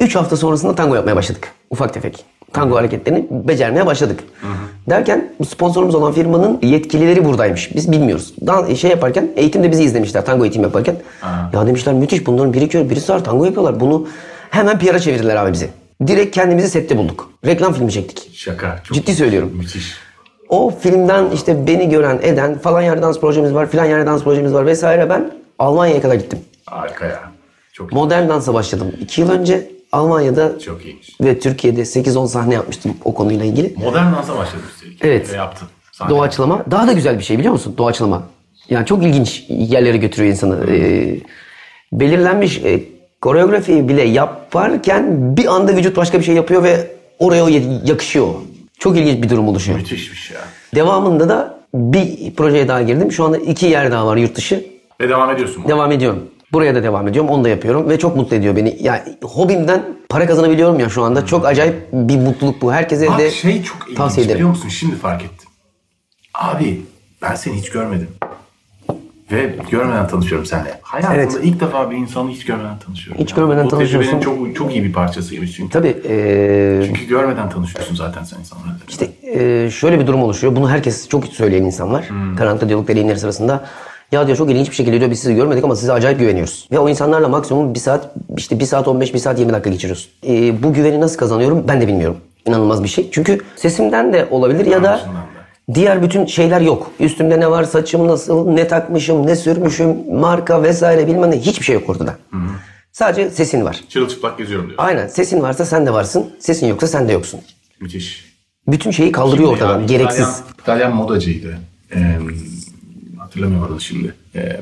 [SPEAKER 4] Üç hafta sonrasında tango yapmaya başladık. Ufak tefek. Tango hareketlerini becermeye başladık. Derken bu sponsorumuz olan firmanın yetkilileri buradaymış. Biz bilmiyoruz. Daha şey yaparken eğitimde bizi izlemişler. Tango eğitim yaparken. Ya demişler müthiş bunların biri kör birisi var tango yapıyorlar. Bunu hemen PR'a çevirdiler abi bizi. Direkt kendimizi sette bulduk. Reklam filmi çektik.
[SPEAKER 5] Şaka. Çok
[SPEAKER 4] Ciddi söylüyorum.
[SPEAKER 5] Müthiş.
[SPEAKER 4] O filmden işte beni gören eden falan yerde dans projemiz var filan yerde dans projemiz var vesaire ben Almanya'ya kadar gittim.
[SPEAKER 5] Harika ya. Çok iyi.
[SPEAKER 4] Modern dansa başladım. İki yıl önce Almanya'da
[SPEAKER 5] Çok iyiymiş.
[SPEAKER 4] ve Türkiye'de 8-10 sahne yapmıştım o konuyla ilgili.
[SPEAKER 5] Modern dansa başladın üstelik.
[SPEAKER 4] Evet.
[SPEAKER 5] Ve yaptın. Sahne.
[SPEAKER 4] Doğaçlama daha da güzel bir şey biliyor musun? Doğaçlama. Yani çok ilginç yerlere götürüyor
[SPEAKER 5] Hmm.
[SPEAKER 4] insanı. Ee, belirlenmiş e, koreografiyi bile yaparken bir anda vücut başka bir şey yapıyor ve oraya o ye- yakışıyor. Çok ilginç bir durum oluşuyor.
[SPEAKER 5] Müthişmiş şey ya.
[SPEAKER 4] Devamında da bir projeye daha girdim. Şu anda iki yer daha var yurt dışı.
[SPEAKER 5] Ve devam ediyorsun.
[SPEAKER 4] Devam ediyorum. Buraya da devam ediyorum. Onu da yapıyorum ve çok mutlu ediyor beni. Ya hobimden para kazanabiliyorum ya şu anda. Çok acayip bir mutluluk bu. Herkese de
[SPEAKER 5] Hmm. Bak şey çok ilginç
[SPEAKER 4] tavsiye ederim.
[SPEAKER 5] biliyor musun? Şimdi fark ettim. Abi ben seni hiç görmedim. Ve görmeden tanışıyorum seninle. Hayatımda
[SPEAKER 4] Evet.
[SPEAKER 5] ilk defa bir insanı hiç görmeden tanışıyorum.
[SPEAKER 4] Hiç görmeden
[SPEAKER 5] Bu tecrübenin
[SPEAKER 4] tanışıyorsun.
[SPEAKER 5] çok, çok iyi bir parçasıymış çünkü.
[SPEAKER 4] Tabii eee,
[SPEAKER 5] Çünkü görmeden tanışıyorsun zaten sen insanlarla.
[SPEAKER 4] işte eee, şöyle bir durum oluşuyor. Bunu herkes çok söyleyen insan var.
[SPEAKER 5] Hmm.
[SPEAKER 4] Karanlıkta diyalog deneyimleri sırasında. Ya diyor çok ilginç bir şekilde diyor biz sizi görmedik ama size acayip güveniyoruz. Ve o insanlarla maksimum bir saat işte bir saat 15 bir saat 20 dakika geçiriyoruz. Eee, bu güveni nasıl kazanıyorum ben de bilmiyorum. İnanılmaz bir şey. Çünkü sesimden de olabilir ya da
[SPEAKER 5] Davranışından da.
[SPEAKER 4] Diğer bütün şeyler yok. Üstümde ne var, saçım nasıl, ne takmışım, ne sürmüşüm, marka vesaire bilmem ne hiçbir şey yok ortada. Sadece sesin var.
[SPEAKER 5] Çırılçıplak geziyorum diyor.
[SPEAKER 4] Aynen sesin varsa sen de varsın, sesin yoksa sen de yoksun.
[SPEAKER 5] Müthiş.
[SPEAKER 4] Bütün şeyi kaldırıyor
[SPEAKER 5] Şimdi
[SPEAKER 4] ortadan,
[SPEAKER 5] ya,
[SPEAKER 4] gereksiz.
[SPEAKER 5] İtalyan, İtalyan modacıydı. Ee, hatırlamıyorum adını şimdi. Ee,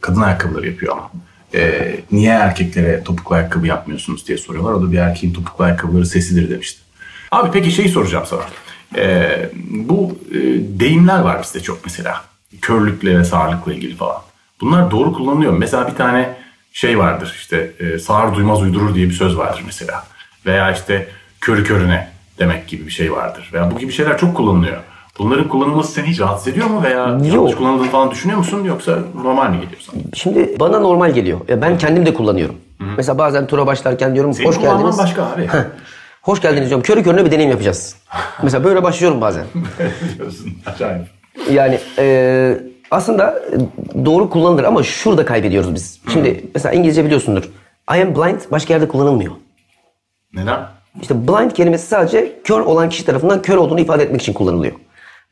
[SPEAKER 5] kadın ayakkabıları yapıyor ama. Ee, niye erkeklere topuklu ayakkabı yapmıyorsunuz diye soruyorlar. O da bir erkeğin topuklu ayakkabıları sesidir demişti. Abi peki şeyi soracağım sana. Ee, bu e, deyimler var bizde çok mesela. Körlükle ve sağırlıkla ilgili falan. Bunlar doğru kullanılıyor. mu? Mesela bir tane şey vardır işte e, sağır duymaz uydurur diye bir söz vardır mesela. Veya işte körü körüne demek gibi bir şey vardır. Veya bu gibi şeyler çok kullanılıyor. Bunların kullanılması seni hiç rahatsız ediyor mu veya yanlış
[SPEAKER 4] Yok.
[SPEAKER 5] kullanıldığını falan düşünüyor musun yoksa normal mi geliyor sana?
[SPEAKER 4] Şimdi bana normal geliyor. Ya Ben kendim de kullanıyorum. Mesela bazen tura başlarken diyorum
[SPEAKER 5] Senin
[SPEAKER 4] hoş
[SPEAKER 5] kullanman
[SPEAKER 4] geldiniz.
[SPEAKER 5] başka abi.
[SPEAKER 4] Hoş geldiniz diyorum. Körü körüne bir deneyim yapacağız. Mesela böyle başlıyorum bazen.
[SPEAKER 5] Biliyorsun, Acayip.
[SPEAKER 4] Yani e, aslında e, doğru kullanılır ama şurada kaybediyoruz biz. Şimdi mesela İngilizce biliyorsundur. I am blind başka yerde kullanılmıyor.
[SPEAKER 5] Neden?
[SPEAKER 4] İşte blind kelimesi sadece kör olan kişi tarafından kör olduğunu ifade etmek için kullanılıyor.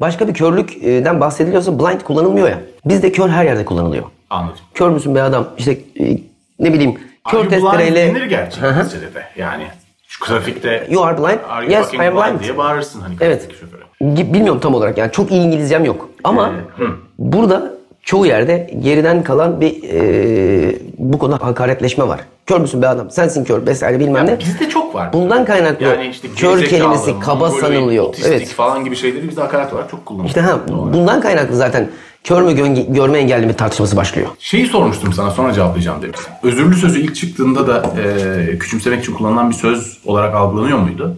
[SPEAKER 4] Başka bir körlükten bahsediliyorsa blind kullanılmıyor ya. Bizde kör her yerde kullanılıyor.
[SPEAKER 5] Anladım.
[SPEAKER 4] Kör müsün be adam? İşte e, ne bileyim kör
[SPEAKER 5] Are you blind denir
[SPEAKER 4] testereyle
[SPEAKER 5] gerçi meselede de. Yani şu trafikte
[SPEAKER 4] You are blind.
[SPEAKER 5] Are you
[SPEAKER 4] Yes,
[SPEAKER 5] fucking
[SPEAKER 4] I am
[SPEAKER 5] blind,
[SPEAKER 4] blind.
[SPEAKER 5] diye bağırırsın hani
[SPEAKER 4] Evet.
[SPEAKER 5] karşıdaki şoföre.
[SPEAKER 4] Gi- Bilmiyorum tam olarak yani çok iyi İngilizcem yok. Ama
[SPEAKER 5] Ee,
[SPEAKER 4] burada çoğu yerde geriden kalan bir e, bu konuda hakaretleşme var. Kör müsün be adam? Sensin kör vesaire bilmem ne.
[SPEAKER 5] Bizde çok var.
[SPEAKER 4] Bundan kaynaklı
[SPEAKER 5] yani işte
[SPEAKER 4] kör
[SPEAKER 5] gerizekalı,
[SPEAKER 4] kelimesi kaba
[SPEAKER 5] mongoloid,
[SPEAKER 4] sanılıyor.
[SPEAKER 5] Otistik
[SPEAKER 4] Evet.
[SPEAKER 5] falan gibi şeyleri bizde hakaret olarak çok kullanılıyor.
[SPEAKER 4] İşte ha
[SPEAKER 5] Doğru.
[SPEAKER 4] bundan kaynaklı zaten kör mü gön- görme engelli mi tartışması başlıyor.
[SPEAKER 5] Şeyi sormuştum sana sonra cevaplayacağım demiştim. Özürlü sözü ilk çıktığında da e, küçümsemek için kullanılan bir söz olarak algılanıyor muydu?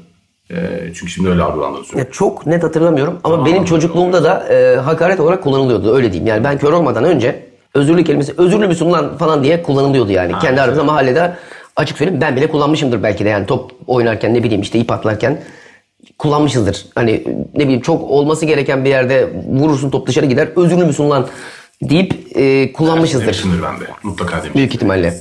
[SPEAKER 5] E, çünkü şimdi öyle algılandığını söylüyorum.
[SPEAKER 4] Ya çok net hatırlamıyorum ama benim çocukluğumda da e, hakaret olarak kullanılıyordu öyle diyeyim. Yani ben kör olmadan önce özürlü kelimesi özürlü müsün lan falan diye kullanılıyordu yani. Kendi aramızda mahallede açık söyleyeyim ben bile kullanmışımdır belki de yani top oynarken ne bileyim işte ip atlarken kullanmışızdır. Hani ne bileyim çok olması gereken bir yerde vurursun top dışarı gider özürlü müsün lan deyip e, kullanmışızdır
[SPEAKER 5] Demişimdir ben de. Mutlaka demişim.
[SPEAKER 4] büyük ihtimalle.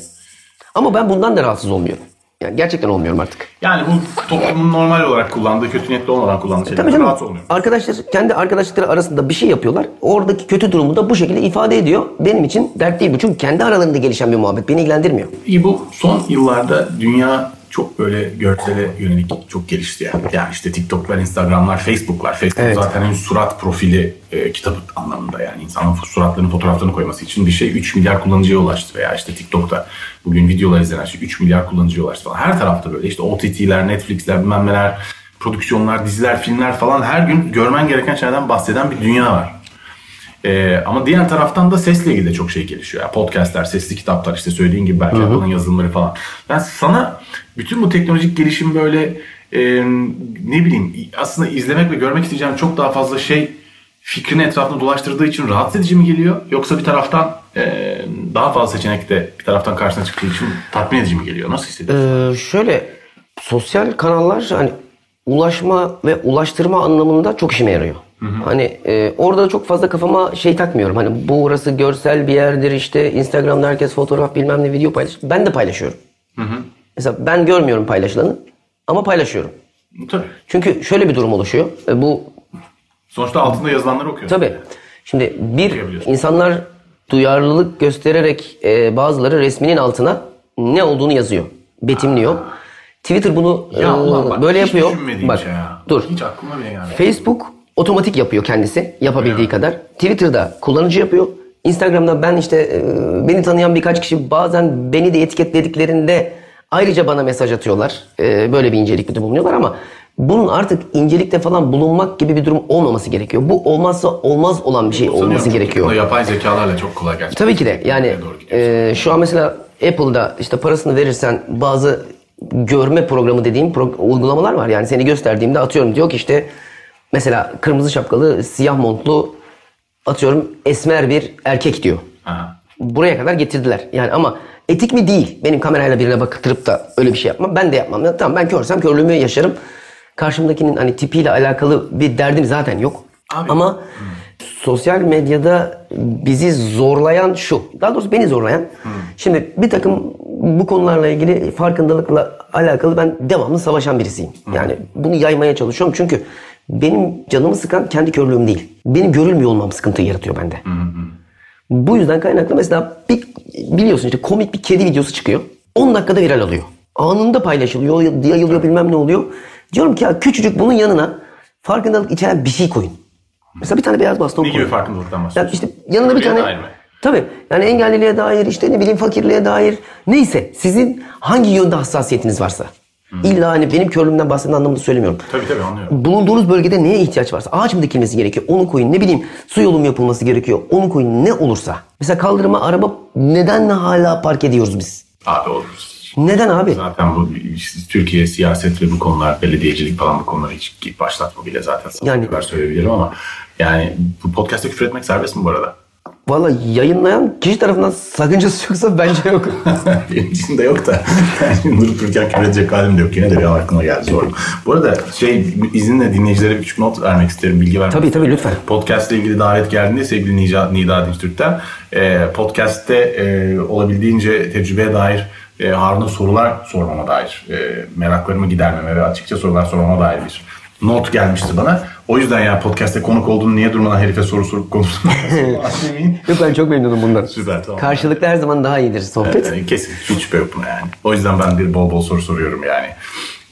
[SPEAKER 4] Ama ben bundan da rahatsız olmuyorum. Yani gerçekten olmuyorum artık.
[SPEAKER 5] Yani bu toplumun normal olarak kullandığı, kötü niyetli olmadan kullandığı
[SPEAKER 4] Tabii
[SPEAKER 5] şeylerden
[SPEAKER 4] canım.
[SPEAKER 5] rahatsız olmuyorum.
[SPEAKER 4] Arkadaşlar kendi arkadaşlıkları arasında bir şey yapıyorlar. Oradaki kötü durumu da bu şekilde ifade ediyor. Benim için dert değil bu. Çünkü kendi aralarında gelişen bir muhabbet. Beni ilgilendirmiyor.
[SPEAKER 5] İyi bu son yıllarda dünya çok böyle görsele yönelik çok gelişti yani. Yani işte TikTok'lar, Instagram'lar, Facebook'lar. Facebook
[SPEAKER 4] Evet.
[SPEAKER 5] zaten en surat profili e, kitabı anlamında yani insanın suratlarını, fotoğraflarını koyması için bir şey 3 milyar kullanıcıya ulaştı veya işte TikTok'ta bugün videolar izlenen şey 3 milyar kullanıcıya ulaştı falan. Her tarafta böyle işte OTT'ler, Netflix'ler, bilmem neler, prodüksiyonlar, diziler, filmler falan her gün görmen gereken şeylerden bahseden bir dünya var. Ee, ama diğer taraftan da sesle ilgili de çok şey gelişiyor. Yani podcastler, sesli kitaplar işte söylediğin gibi belki Apple'ın yazılımları falan. Ben sana bütün bu teknolojik gelişim böyle e, ne bileyim aslında izlemek ve görmek isteyeceğim çok daha fazla şey fikrini etrafında dolaştırdığı için rahatsız edici mi geliyor? Yoksa bir taraftan e, daha fazla seçenek de bir taraftan karşına çıktığı için tatmin edici mi geliyor? Nasıl hissediyorsun?
[SPEAKER 4] Ee, şöyle sosyal kanallar hani ulaşma ve ulaştırma anlamında çok işime yarıyor. Hani e, orada çok fazla kafama şey takmıyorum. Hani bu orası görsel bir yerdir işte Instagram'da herkes fotoğraf bilmem ne video paylaş. Ben de paylaşıyorum. Mesela ben görmüyorum paylaşılanı ama paylaşıyorum.
[SPEAKER 5] Tabii.
[SPEAKER 4] Çünkü şöyle bir durum oluşuyor. E, bu
[SPEAKER 5] Sonuçta altında yazılanları okuyorsun.
[SPEAKER 4] Tabii. Şimdi bir
[SPEAKER 5] Duyabiliyorsun.
[SPEAKER 4] insanlar duyarlılık göstererek e, bazıları resminin altına ne olduğunu yazıyor, betimliyor. Twitter bunu e,
[SPEAKER 5] Ya ulan bak,
[SPEAKER 4] böyle
[SPEAKER 5] hiç
[SPEAKER 4] yapıyor.
[SPEAKER 5] düşünmediğim
[SPEAKER 4] Bak
[SPEAKER 5] şey ya.
[SPEAKER 4] dur.
[SPEAKER 5] Hiç aklıma bile gelmedi.
[SPEAKER 4] Facebook otomatik yapıyor kendisi yapabildiği
[SPEAKER 5] Evet.
[SPEAKER 4] kadar. Twitter'da kullanıcı yapıyor. Instagram'da ben işte e, beni tanıyan birkaç kişi bazen beni de etiketlediklerinde ayrıca bana mesaj atıyorlar. E, böyle bir incelikte bulunuyorlar ama bunun artık incelikte falan bulunmak gibi bir durum olmaması gerekiyor. Bu olmazsa olmaz olan bir şey olması
[SPEAKER 5] Sanıyorum
[SPEAKER 4] gerekiyor.
[SPEAKER 5] bunu Yapay zekalarla çok kolay gerçekten.
[SPEAKER 4] Tabii ki de yani
[SPEAKER 5] Doğru gidiyorsun.
[SPEAKER 4] e, şu an mesela Apple'da işte parasını verirsen bazı görme programı dediğim pro- uygulamalar var. Yani seni gösterdiğimde atıyorum diyor ki işte mesela kırmızı şapkalı siyah montlu atıyorum esmer bir erkek diyor.
[SPEAKER 5] Ha.
[SPEAKER 4] Buraya kadar getirdiler. Yani ama etik mi değil. Benim kamerayla birine bakıtırıp da öyle bir şey yapmam. Ben de yapmam. Ya tamam ben körsem körlüğümü yaşarım. Karşımdakinin hani tipiyle alakalı bir derdim zaten yok.
[SPEAKER 5] Abi-
[SPEAKER 4] Ama sosyal medyada bizi zorlayan şu. Daha doğrusu beni zorlayan. Şimdi bir takım bu konularla ilgili farkındalıkla alakalı ben devamlı savaşan birisiyim. Yani bunu yaymaya çalışıyorum çünkü benim canımı sıkan kendi körlüğüm değil. Benim görülmüyor olmam sıkıntı yaratıyor bende. Bu yüzden kaynaklı mesela bir, biliyorsun işte komik bir kedi videosu çıkıyor. 10 dakikada viral oluyor. Anında paylaşılıyor, yayılıyor bilmem ne oluyor. Diyorum ki ya küçücük bunun yanına farkındalık içeren bir şey koyun. Mesela bir tane beyaz baston
[SPEAKER 5] Ne gibi
[SPEAKER 4] koyun.
[SPEAKER 5] farkındalıktan
[SPEAKER 4] Ya
[SPEAKER 5] bahsediyorsun?
[SPEAKER 4] işte yanına bir
[SPEAKER 5] Körlüğe
[SPEAKER 4] tane...
[SPEAKER 5] dair mi?
[SPEAKER 4] Tabii yani engelliliğe dair işte ne bileyim fakirliğe dair neyse sizin hangi yönde hassasiyetiniz varsa.
[SPEAKER 5] Hmm.
[SPEAKER 4] İlla hani benim körlüğümden bahseden anlamında söylemiyorum.
[SPEAKER 5] Tabii tabii anlıyorum.
[SPEAKER 4] Bulunduğunuz bölgede neye ihtiyaç varsa ağaç mı dikilmesi gerekiyor onu koyun ne bileyim su yolu mu yapılması gerekiyor onu koyun ne olursa. Mesela kaldırıma araba neden hala park ediyoruz biz?
[SPEAKER 5] Abi olur.
[SPEAKER 4] Neden abi?
[SPEAKER 5] Zaten bu işte Türkiye siyaset ve bu konular belediyecilik falan bu konuları hiç başlatma bile zaten sana
[SPEAKER 4] Yani-
[SPEAKER 5] yani, söyleyebilirim ama yani bu podcast'te küfür etmek serbest mi bu arada?
[SPEAKER 4] Vallahi yayınlayan kişi tarafından sakıncası yoksa bence yok.
[SPEAKER 5] Benim için de yok da yani durup dururken küfür edecek halim de yok. Yine de bir an aklıma geldi zor. Bu arada şey izinle dinleyicilere bir küçük not vermek isterim. Bilgi vermek
[SPEAKER 4] tabii tabii lütfen.
[SPEAKER 5] Podcast ile ilgili davet geldiğinde sevgili Nida, Nida Dinçtürk'ten e, podcast'te e, olabildiğince tecrübeye dair e, Harun'a sorular sormama dair e, meraklarımı gidermeme ve açıkça sorular sormama dair bir not gelmişti bana. O yüzden ya podcast'te konuk olduğunu niye durmadan herife soru sorup konuştum.
[SPEAKER 4] Yok ben çok memnunum bundan.
[SPEAKER 5] Süper, tamam.
[SPEAKER 4] Karşılıklı her zaman daha iyidir sohbet.
[SPEAKER 5] Yani kesin hiç şüphe yok buna yani. O yüzden ben bir bol bol soru soruyorum yani.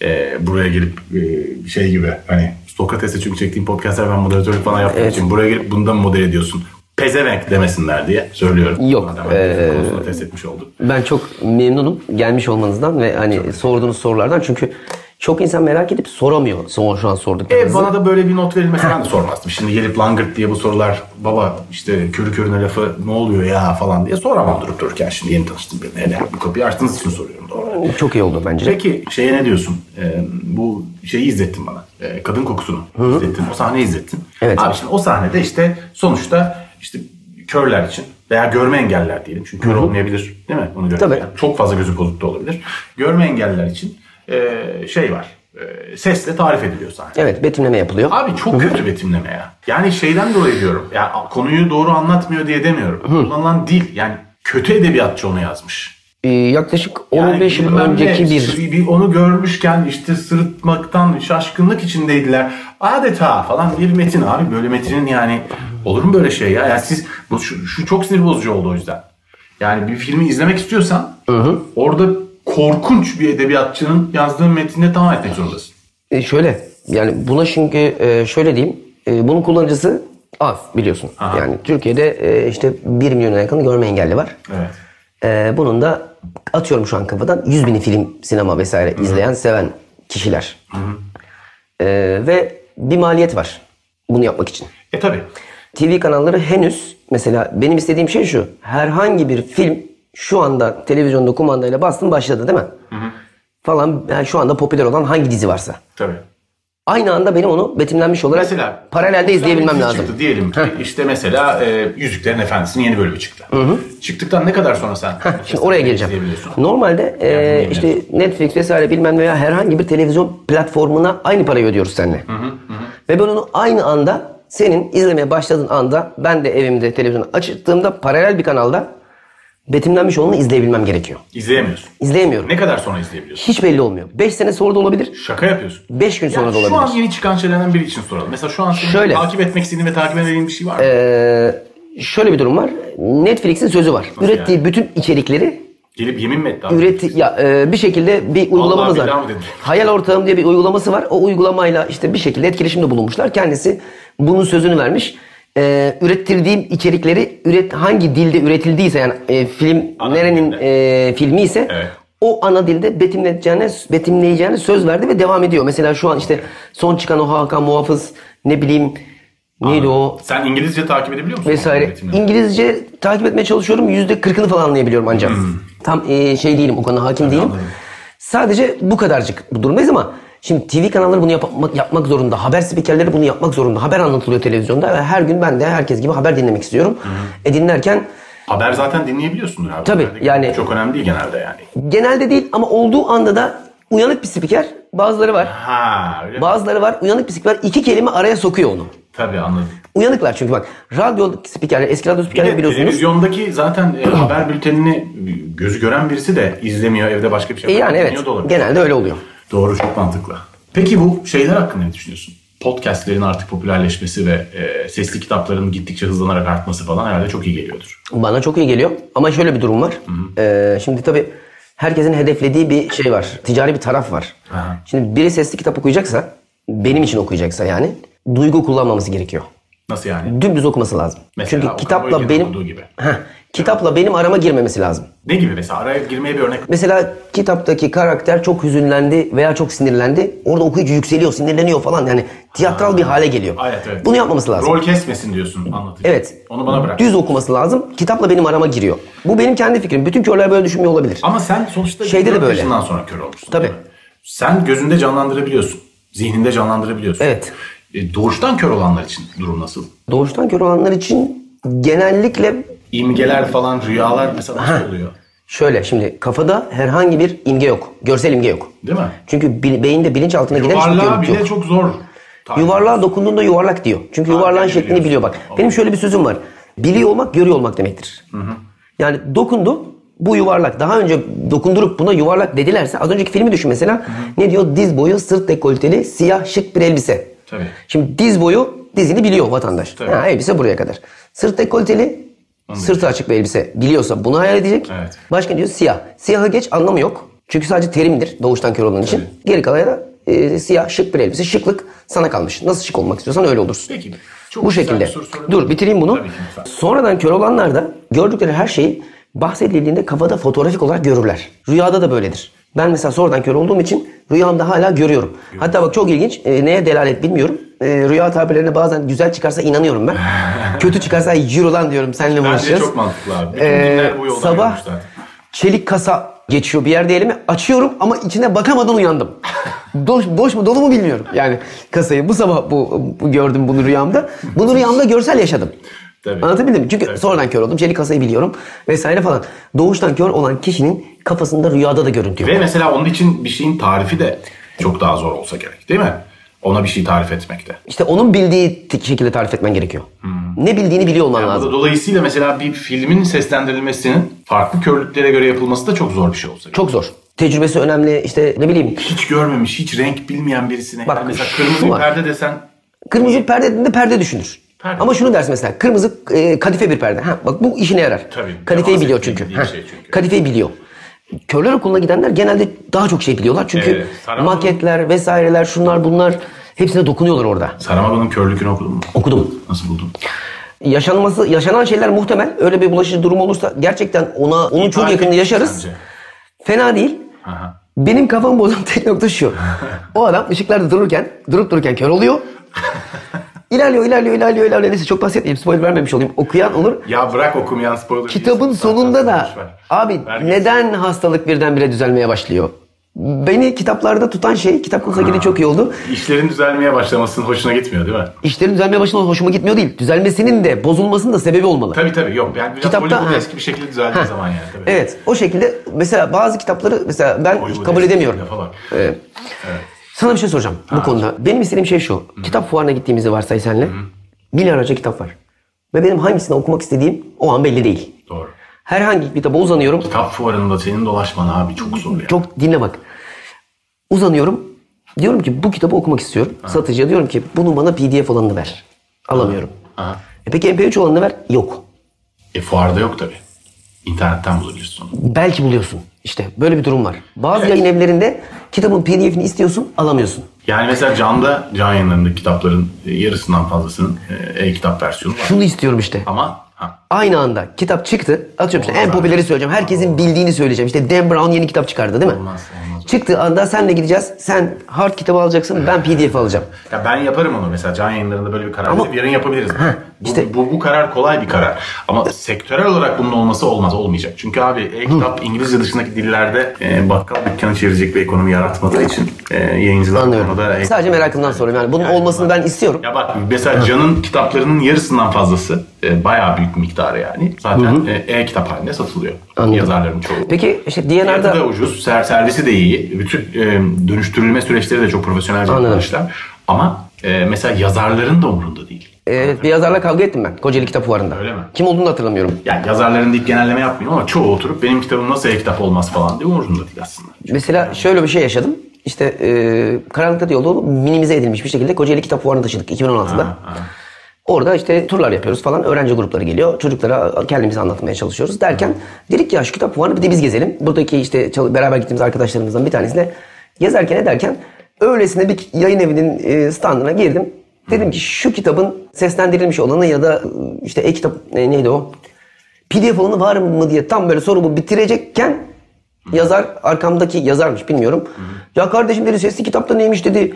[SPEAKER 5] Ee, buraya gelip e, şey gibi hani Sokrates'e çünkü çektiğim podcastler ben moderatörlük falan yaptığım için buraya gelip bundan model ediyorsun. Pezevenk demesinler diye söylüyorum.
[SPEAKER 4] Yok,
[SPEAKER 5] Madem hani ben
[SPEAKER 4] ee,
[SPEAKER 5] konusunu test etmiş olduk.
[SPEAKER 4] Ben çok memnunum gelmiş olmanızdan ve hani sorduğunuz sorulardan çünkü çok insan merak edip soramıyor son şu an
[SPEAKER 5] E,
[SPEAKER 4] sorduklarınızı.
[SPEAKER 5] bana da böyle bir not verilmesi ben de sormazdım. Şimdi gelip langırt diye bu sorular baba işte körü körüne lafı ne oluyor ya falan diye soramam durup dururken. Şimdi yeni tanıştım birine. Hele Bu kapıyı açtığınız için soruyorum doğru.
[SPEAKER 4] Çok iyi oldu bence.
[SPEAKER 5] Peki şeye ne diyorsun? Ee, bu şeyi izlettin bana. Ee, kadın kokusunu izlettin. O sahneyi izlettin.
[SPEAKER 4] Evet.
[SPEAKER 5] Abi şimdi o sahnede işte sonuçta işte körler için veya görme engeller diyelim. Çünkü kör olmayabilir değil mi? Onu göre.
[SPEAKER 4] Tabii.
[SPEAKER 5] Yani çok fazla gözü bozuk da olabilir. Görme engeller için e, şey var. E, sesle tarif ediliyor sahne.
[SPEAKER 4] Evet betimleme yapılıyor.
[SPEAKER 5] Abi çok kötü betimleme ya. Yani şeyden dolayı diyorum. Ya konuyu doğru anlatmıyor diye demiyorum. Kullanılan dil yani kötü edebiyatçı onu yazmış.
[SPEAKER 4] Ee, yaklaşık
[SPEAKER 5] Yani
[SPEAKER 4] 15 yıl
[SPEAKER 5] bilmem ne,
[SPEAKER 4] önceki bir
[SPEAKER 5] onu görmüşken işte sırıtmaktan şaşkınlık içindeydiler. Adeta falan bir metin abi böyle metinin yani olur mu böyle şey ya? Yani siz bu şu, şu çok sinir bozucu oldu o yüzden. Yani bir filmi izlemek istiyorsan orada korkunç bir edebiyatçının yazdığı metnine tamam etmek zorundasın.
[SPEAKER 4] E, şöyle yani buna çünkü e, şöyle diyeyim e, bunun kullanıcısı az biliyorsun. Yani Türkiye'de e, işte 1 milyona yakın görme engelli var.
[SPEAKER 5] Evet.
[SPEAKER 4] E, bunun da atıyorum şu an kafadan 100 bini film, sinema vesaire izleyen, seven kişiler. E, ve bir maliyet var bunu yapmak için.
[SPEAKER 5] E tabi.
[SPEAKER 4] TV kanalları henüz mesela benim istediğim şey şu. Herhangi bir film şu anda televizyonda kumandayla bastın başladı değil mi? Falan yani şu anda popüler olan hangi dizi varsa.
[SPEAKER 5] Tabii.
[SPEAKER 4] Aynı anda benim onu betimlenmiş olarak
[SPEAKER 5] Mesela
[SPEAKER 4] paralelde izleyebilmem
[SPEAKER 5] dizi
[SPEAKER 4] lazım.
[SPEAKER 5] Çıktı diyelim ki işte mesela e, Yüzüklerin Efendisi'nin yeni bölümü çıktı. Çıktıktan ne kadar sonra sen
[SPEAKER 4] Şimdi oraya geleceğim.
[SPEAKER 5] izleyebiliyorsun?
[SPEAKER 4] Normalde e,
[SPEAKER 5] dinleyebilirim.
[SPEAKER 4] işte Netflix vesaire bilmem veya herhangi bir televizyon platformuna aynı parayı ödüyoruz seninle. Ve ben onu aynı anda senin izlemeye başladığın anda ben de evimde televizyonu açtığımda paralel bir kanalda betimlenmiş olanı izleyebilmem gerekiyor.
[SPEAKER 5] İzleyemiyorsun.
[SPEAKER 4] İzleyemiyorum.
[SPEAKER 5] Ne kadar sonra izleyebiliyorsun?
[SPEAKER 4] Hiç belli olmuyor. 5 sene sonra da olabilir.
[SPEAKER 5] Şaka yapıyorsun.
[SPEAKER 4] 5 gün sonra
[SPEAKER 5] Ya
[SPEAKER 4] da
[SPEAKER 5] şu
[SPEAKER 4] olabilir.
[SPEAKER 5] an yeni çıkan şeylerden biri için soralım. Mesela şu an senin
[SPEAKER 4] Şöyle. Ee,
[SPEAKER 5] takip etmek istediğin ve takip edemediğin bir şey var mı?
[SPEAKER 4] Şöyle bir durum var. Netflix'in sözü var.
[SPEAKER 5] Nasıl
[SPEAKER 4] Ürettiği
[SPEAKER 5] yani?
[SPEAKER 4] bütün içerikleri
[SPEAKER 5] Gelip yemin mi etti abi?
[SPEAKER 4] üret ya e, bir şekilde bir uygulamamız var.
[SPEAKER 5] billahi mi dedin?
[SPEAKER 4] Hayal Ortağım diye bir uygulaması var. O uygulamayla işte bir şekilde etkileşimde bulunmuşlar. Kendisi bunun sözünü vermiş. E, ürettirdiğim içerikleri üret hangi dilde üretildiyse yani e, film
[SPEAKER 5] Ana
[SPEAKER 4] nerenin
[SPEAKER 5] dilinde.
[SPEAKER 4] e, filmi ise
[SPEAKER 5] Evet.
[SPEAKER 4] o ana dilde betimleyeceğine betimleyeceğine söz verdi ve devam ediyor. Mesela şu an işte son çıkan o Hakan Muhafız ne bileyim neydi o
[SPEAKER 5] Sen İngilizce takip edebiliyor musun?
[SPEAKER 4] vesaire.
[SPEAKER 5] Üretimleri?
[SPEAKER 4] İngilizce takip etmeye çalışıyorum. Yüzde kırkını falan anlayabiliyorum ancak.
[SPEAKER 5] Hmm.
[SPEAKER 4] Tam e, şey değilim o konuda hakim değilim. Sadece bu kadarcık bu durumdayız ama şimdi TV kanalları bunu yapmak, yapmak zorunda. Haber spikerleri bunu yapmak zorunda. Haber anlatılıyor televizyonda ve her gün ben de herkes gibi haber dinlemek istiyorum. E dinlerken
[SPEAKER 5] Haber zaten dinleyebiliyorsundur abi.
[SPEAKER 4] Tabii,
[SPEAKER 5] Haberde
[SPEAKER 4] yani-
[SPEAKER 5] Çok önemli değil genelde yani.
[SPEAKER 4] genelde değil ama olduğu anda da uyanık bir spiker bazıları var.
[SPEAKER 5] Ha öyle mi?
[SPEAKER 4] Bazıları var uyanık bir spiker iki kelime araya sokuyor onu.
[SPEAKER 5] Tabii anladım.
[SPEAKER 4] Uyanıklar çünkü bak radyo spikerler eski radyo
[SPEAKER 5] Bir de
[SPEAKER 4] spikerleri biliyorsunuz.
[SPEAKER 5] televizyondaki zaten e, haber bültenini gözü gören birisi de izlemiyor evde başka bir şey
[SPEAKER 4] E yani
[SPEAKER 5] yapıyor,
[SPEAKER 4] evet
[SPEAKER 5] dinliyor da olabilir.
[SPEAKER 4] genelde öyle oluyor.
[SPEAKER 5] Doğru çok mantıklı. Peki bu şeyler hakkında ne düşünüyorsun? Podcastlerin artık popülerleşmesi ve e, sesli kitapların gittikçe hızlanarak artması falan herhalde çok iyi geliyordur.
[SPEAKER 4] Bana çok iyi geliyor ama şöyle bir durum var. Ee, şimdi tabii herkesin hedeflediği bir şey var. Ticari bir taraf var.
[SPEAKER 5] Aha.
[SPEAKER 4] Şimdi biri sesli kitap okuyacaksa, benim için okuyacaksa yani duygu kullanmaması gerekiyor.
[SPEAKER 5] Nasıl yani?
[SPEAKER 4] Dümdüz okuması lazım.
[SPEAKER 5] Mesela
[SPEAKER 4] Çünkü
[SPEAKER 5] Okan
[SPEAKER 4] kitapla
[SPEAKER 5] Bayülgen'in
[SPEAKER 4] benim
[SPEAKER 5] okuduğu gibi.
[SPEAKER 4] Heh, kitapla benim arama girmemesi lazım.
[SPEAKER 5] Ne gibi mesela? Araya girmeye bir örnek.
[SPEAKER 4] Mesela kitaptaki karakter çok hüzünlendi veya çok sinirlendi. Orada okuyucu yükseliyor, sinirleniyor falan. Yani tiyatral bir hale geliyor.
[SPEAKER 5] Evet, evet.
[SPEAKER 4] Bunu yapmaması lazım.
[SPEAKER 5] Rol kesmesin diyorsun anlatıcı.
[SPEAKER 4] Evet.
[SPEAKER 5] Onu bana bırak.
[SPEAKER 4] Düz okuması lazım. Kitapla benim arama giriyor. Bu benim kendi fikrim. Bütün körler böyle düşünmüyor olabilir.
[SPEAKER 5] Ama sen sonuçta
[SPEAKER 4] Şeyde de
[SPEAKER 5] 24
[SPEAKER 4] böyle.
[SPEAKER 5] yaşından sonra kör olmuşsun.
[SPEAKER 4] Tabii.
[SPEAKER 5] değil mi? Sen gözünde canlandırabiliyorsun. Zihninde canlandırabiliyorsun.
[SPEAKER 4] Evet.
[SPEAKER 5] E, doğuştan kör olanlar için durum nasıl?
[SPEAKER 4] Doğuştan kör olanlar için genellikle
[SPEAKER 5] İmgeler falan, rüyalar mesela nasıl oluyor?
[SPEAKER 4] şöyle şimdi kafada herhangi bir imge yok. Görsel imge yok.
[SPEAKER 5] Değil mi?
[SPEAKER 4] Çünkü bi- beyinde bilinçaltına giden hiçbir
[SPEAKER 5] Yuvarlığa
[SPEAKER 4] görüntü
[SPEAKER 5] bile
[SPEAKER 4] yok.
[SPEAKER 5] çok zor. takip
[SPEAKER 4] Yuvarlığa dokunduğunda yuvarlak diyor. Çünkü
[SPEAKER 5] Ha,
[SPEAKER 4] yuvarlağın
[SPEAKER 5] yani
[SPEAKER 4] şeklini
[SPEAKER 5] biliyorsun.
[SPEAKER 4] biliyor bak.
[SPEAKER 5] Anladım.
[SPEAKER 4] Benim şöyle bir sözüm var. Biliyor olmak görüyor olmak demektir. Yani dokundu bu yuvarlak. Daha önce dokundurup buna yuvarlak dedilerse az önceki filmi düşün mesela. Ne diyor? Diz boyu sırt dekolteli siyah şık bir elbise.
[SPEAKER 5] Tabii.
[SPEAKER 4] Şimdi diz boyu dizini biliyor vatandaş.
[SPEAKER 5] Tabii.
[SPEAKER 4] Ha, elbise buraya kadar. Sırt dekolteli sırtı açık bir elbise biliyorsa bunu hayal edecek.
[SPEAKER 5] Evet.
[SPEAKER 4] Başka ne diyor? Siyah. Siyahı geç anlamı yok. Çünkü sadece terimdir doğuştan kör olan için. Geri kalan da e, siyah şık bir elbise. Şıklık sana kalmış. Nasıl şık olmak istiyorsan öyle olursun.
[SPEAKER 5] Peki. Çok
[SPEAKER 4] Bu
[SPEAKER 5] güzel bir
[SPEAKER 4] şekilde.
[SPEAKER 5] soru sorabilir
[SPEAKER 4] Dur
[SPEAKER 5] miyim?
[SPEAKER 4] bitireyim bunu.
[SPEAKER 5] Tabii ki, lütfen.
[SPEAKER 4] Sonradan kör olanlar da gördükleri her şeyi bahsedildiğinde kafada fotoğrafik olarak görürler. Rüyada da böyledir. Ben mesela sonradan kör olduğum için rüyamda hala görüyorum. Hatta bak çok ilginç. e, neye delalet bilmiyorum. E, rüya tabirlerine bazen güzel çıkarsa inanıyorum ben. Kötü çıkarsa yürü lan diyorum seninle
[SPEAKER 5] Bence
[SPEAKER 4] uğraşacağız.
[SPEAKER 5] çok mantıklı abi. Bütün
[SPEAKER 4] Ee,
[SPEAKER 5] dinler bu yoldan
[SPEAKER 4] sabah
[SPEAKER 5] yürümüş zaten.
[SPEAKER 4] çelik kasa geçiyor bir yerde elime açıyorum ama içine bakamadan uyandım. Boş, boş mu dolu mu bilmiyorum yani kasayı. Bu sabah bu, bu gördüm bunu rüyamda. Bunu rüyamda görsel yaşadım.
[SPEAKER 5] Tabii.
[SPEAKER 4] Anlatabildim mi? Çünkü
[SPEAKER 5] Tabii.
[SPEAKER 4] sonradan kör oldum. Çelik kasayı biliyorum vesaire falan. Doğuştan kör olan kişinin kafasında rüyada da görüntü yok.
[SPEAKER 5] Ve mesela onun için bir şeyin tarifi de çok daha zor olsa gerek değil mi? Ona bir şey tarif etmekte.
[SPEAKER 4] İşte onun bildiği t- şekilde tarif etmen gerekiyor.
[SPEAKER 5] Hmm.
[SPEAKER 4] Ne bildiğini biliyor olman lazım.
[SPEAKER 5] Dolayısıyla mesela bir filmin seslendirilmesinin farklı körlüklere göre yapılması da çok zor bir şey olsa gerek.
[SPEAKER 4] Çok zor. Tecrübesi önemli. İşte ne bileyim
[SPEAKER 5] Hiç görmemiş, hiç renk bilmeyen birisine.
[SPEAKER 4] Bak,
[SPEAKER 5] Yani mesela
[SPEAKER 4] şu
[SPEAKER 5] kırmızı bir
[SPEAKER 4] var.
[SPEAKER 5] perde desen
[SPEAKER 4] Kırmızı bir perde dediğinde perde düşünür.
[SPEAKER 5] Perde.
[SPEAKER 4] Ama şunu dersin mesela kırmızı e, kadife bir perde. Ha, bak bu işine yarar.
[SPEAKER 5] Tabii,
[SPEAKER 4] Kadifeyi
[SPEAKER 5] demans
[SPEAKER 4] biliyor
[SPEAKER 5] ettiği
[SPEAKER 4] çünkü.
[SPEAKER 5] bir
[SPEAKER 4] Ha,
[SPEAKER 5] şey çünkü.
[SPEAKER 4] Kadifeyi biliyor. Körler okuluna gidenler genelde daha çok şey biliyorlar. Çünkü
[SPEAKER 5] Evet, Saran-
[SPEAKER 4] maketler vesaireler şunlar bunlar hepsine dokunuyorlar orada.
[SPEAKER 5] Saramago'nun körlükünü okudun mu?
[SPEAKER 4] Okudum.
[SPEAKER 5] Nasıl buldun?
[SPEAKER 4] Yaşanması, yaşanan şeyler muhtemel. Öyle bir bulaşıcı durum olursa gerçekten ona onu çok
[SPEAKER 5] İfade
[SPEAKER 4] yakında yaşarız.
[SPEAKER 5] sence?
[SPEAKER 4] Fena değil.
[SPEAKER 5] Aha.
[SPEAKER 4] Benim kafam bozan tek nokta şu. O adam ışıklarda dururken, durup dururken kör oluyor. İlerliyor, ilerliyor, ilerliyor, ilerliyor. Neyse çok bahsetmeyeyim, spoiler vermemiş olayım. Okuyan olur.
[SPEAKER 5] Ya bırak okumayan spoiler.
[SPEAKER 4] Kitabın
[SPEAKER 5] değilsin.
[SPEAKER 4] sonunda
[SPEAKER 5] Zaten
[SPEAKER 4] da
[SPEAKER 5] boş ver.
[SPEAKER 4] abi
[SPEAKER 5] Ver gitsin.
[SPEAKER 4] neden hastalık birdenbire düzelmeye başlıyor? Beni kitaplarda tutan şey, kitap konusuna girdi çok iyi oldu.
[SPEAKER 5] İşlerin düzelmeye başlamasının hoşuna gitmiyor değil mi?
[SPEAKER 4] İşlerin düzelmeye başlaması hoşuma gitmiyor değil. Düzelmesinin de bozulmasının da sebebi olmalı.
[SPEAKER 5] Tabii tabii yok. Yani biraz
[SPEAKER 4] Kitapta-
[SPEAKER 5] Hollywood
[SPEAKER 4] ha.
[SPEAKER 5] eski bir şekilde düzeldiği
[SPEAKER 4] Ha.
[SPEAKER 5] zaman yani. Tabii.
[SPEAKER 4] Evet, o şekilde mesela bazı kitapları mesela ben
[SPEAKER 5] Hollywood
[SPEAKER 4] kabul
[SPEAKER 5] eski
[SPEAKER 4] edemiyorum.
[SPEAKER 5] lafa bak.
[SPEAKER 4] Evet. Sana bir şey soracağım bu konuda. Benim istediğim şey şu. Kitap fuarına gittiğimizi varsay senle. Milyarlarca kitap var. Ve benim hangisini okumak istediğim o an belli değil.
[SPEAKER 5] Doğru.
[SPEAKER 4] Herhangi bir kitaba uzanıyorum.
[SPEAKER 5] Kitap fuarında senin dolaşman abi çok zor ya.
[SPEAKER 4] Çok dinle bak. Uzanıyorum. Diyorum ki bu kitabı okumak istiyorum. Satıcıya diyorum ki bunu bana pdf olanını ver. Alamıyorum.
[SPEAKER 5] Aha.
[SPEAKER 4] E peki mp3 olanını ver. Yok.
[SPEAKER 5] E fuarda yok tabii. İnternetten bulabilirsin onu.
[SPEAKER 4] Belki buluyorsun. İşte böyle bir durum var. Bazı yayın evlerinde kitabın pdf'ini istiyorsun alamıyorsun.
[SPEAKER 5] Yani mesela Can'da, Can yayınlarında kitapların e, yarısından fazlasının e, e-kitap versiyonu var.
[SPEAKER 4] Şunu istiyorum işte.
[SPEAKER 5] Ama ha,
[SPEAKER 4] aynı anda kitap çıktı. Atıyorum işte en
[SPEAKER 5] Olmaz.
[SPEAKER 4] popüleri söyleyeceğim. Herkesin bildiğini söyleyeceğim. İşte Dan Brown yeni kitap çıkardı değil mi?
[SPEAKER 5] Olmaz, olmaz.
[SPEAKER 4] Çıktığı anda senle gideceğiz. Sen hard kitabı alacaksın. Ben pdf alacağım.
[SPEAKER 5] ya ben yaparım onu mesela Can yayınlarında böyle bir karar
[SPEAKER 4] Ama-
[SPEAKER 5] verip yarın yapabiliriz. bu,
[SPEAKER 4] işte-
[SPEAKER 5] bu, bu karar kolay bir karar. Ama sektörel olarak bunun olması olmaz, olmayacak. Çünkü abi e-kitap İngilizce dışındaki dillerde e, bakkal dükkanı çevirecek bir ekonomi yaratmadığı için e, yayıncılar bu
[SPEAKER 4] Anlıyorum.
[SPEAKER 5] konuda- e,
[SPEAKER 4] Sadece merakımdan soruyorum. Yani bunun olmasını ben istiyorum.
[SPEAKER 5] Ya bak mesela Can'ın kitaplarının yarısından fazlası e, bayağı büyük miktarı yani. Zaten e, e-kitap halinde satılıyor.
[SPEAKER 4] Anladım.
[SPEAKER 5] Yazarların çoğu.
[SPEAKER 4] Peki işte
[SPEAKER 5] Fiyatı da
[SPEAKER 4] DNR'da
[SPEAKER 5] ucuz, ser- servisi de iyi. Bütün e, dönüştürülme süreçleri de çok profesyonelce
[SPEAKER 4] Anladım.
[SPEAKER 5] yapmışlar. Ama e, mesela yazarların da umurunda değil.
[SPEAKER 4] e, bir yazarla kavga ettim ben. Kocaeli Kitap Fuarı'nda.
[SPEAKER 5] Öyle mi?
[SPEAKER 4] Kim olduğunu da hatırlamıyorum.
[SPEAKER 5] Yani yazarların deyip genelleme yapmıyorum ama çoğu oturup benim kitabım nasıl e-kitap olmaz falan diye umurunda değil aslında.
[SPEAKER 4] Mesela şöyle bir şey yaşadım. İşte e, karanlıkta yolu minimize edilmiş bir şekilde Kocaeli Kitap Fuarı'na taşıdık 2016'da. Orada işte turlar yapıyoruz falan. Öğrenci grupları geliyor. Çocuklara kendimizi anlatmaya çalışıyoruz. Derken dedik ya şu kitap fuarını bir de biz gezelim. Buradaki işte çal- beraber gittiğimiz arkadaşlarımızdan bir tanesine gezerken ederken öylesine bir yayın evinin e, standına girdim. Dedim ki şu kitabın seslendirilmiş olanı ya da e, işte e-kitap e, neydi o? PDF olanı var mı diye tam böyle sorumu bitirecekken yazar arkamdaki yazarmış bilmiyorum. Ya kardeşim dedi sesli kitapta neymiş dedi.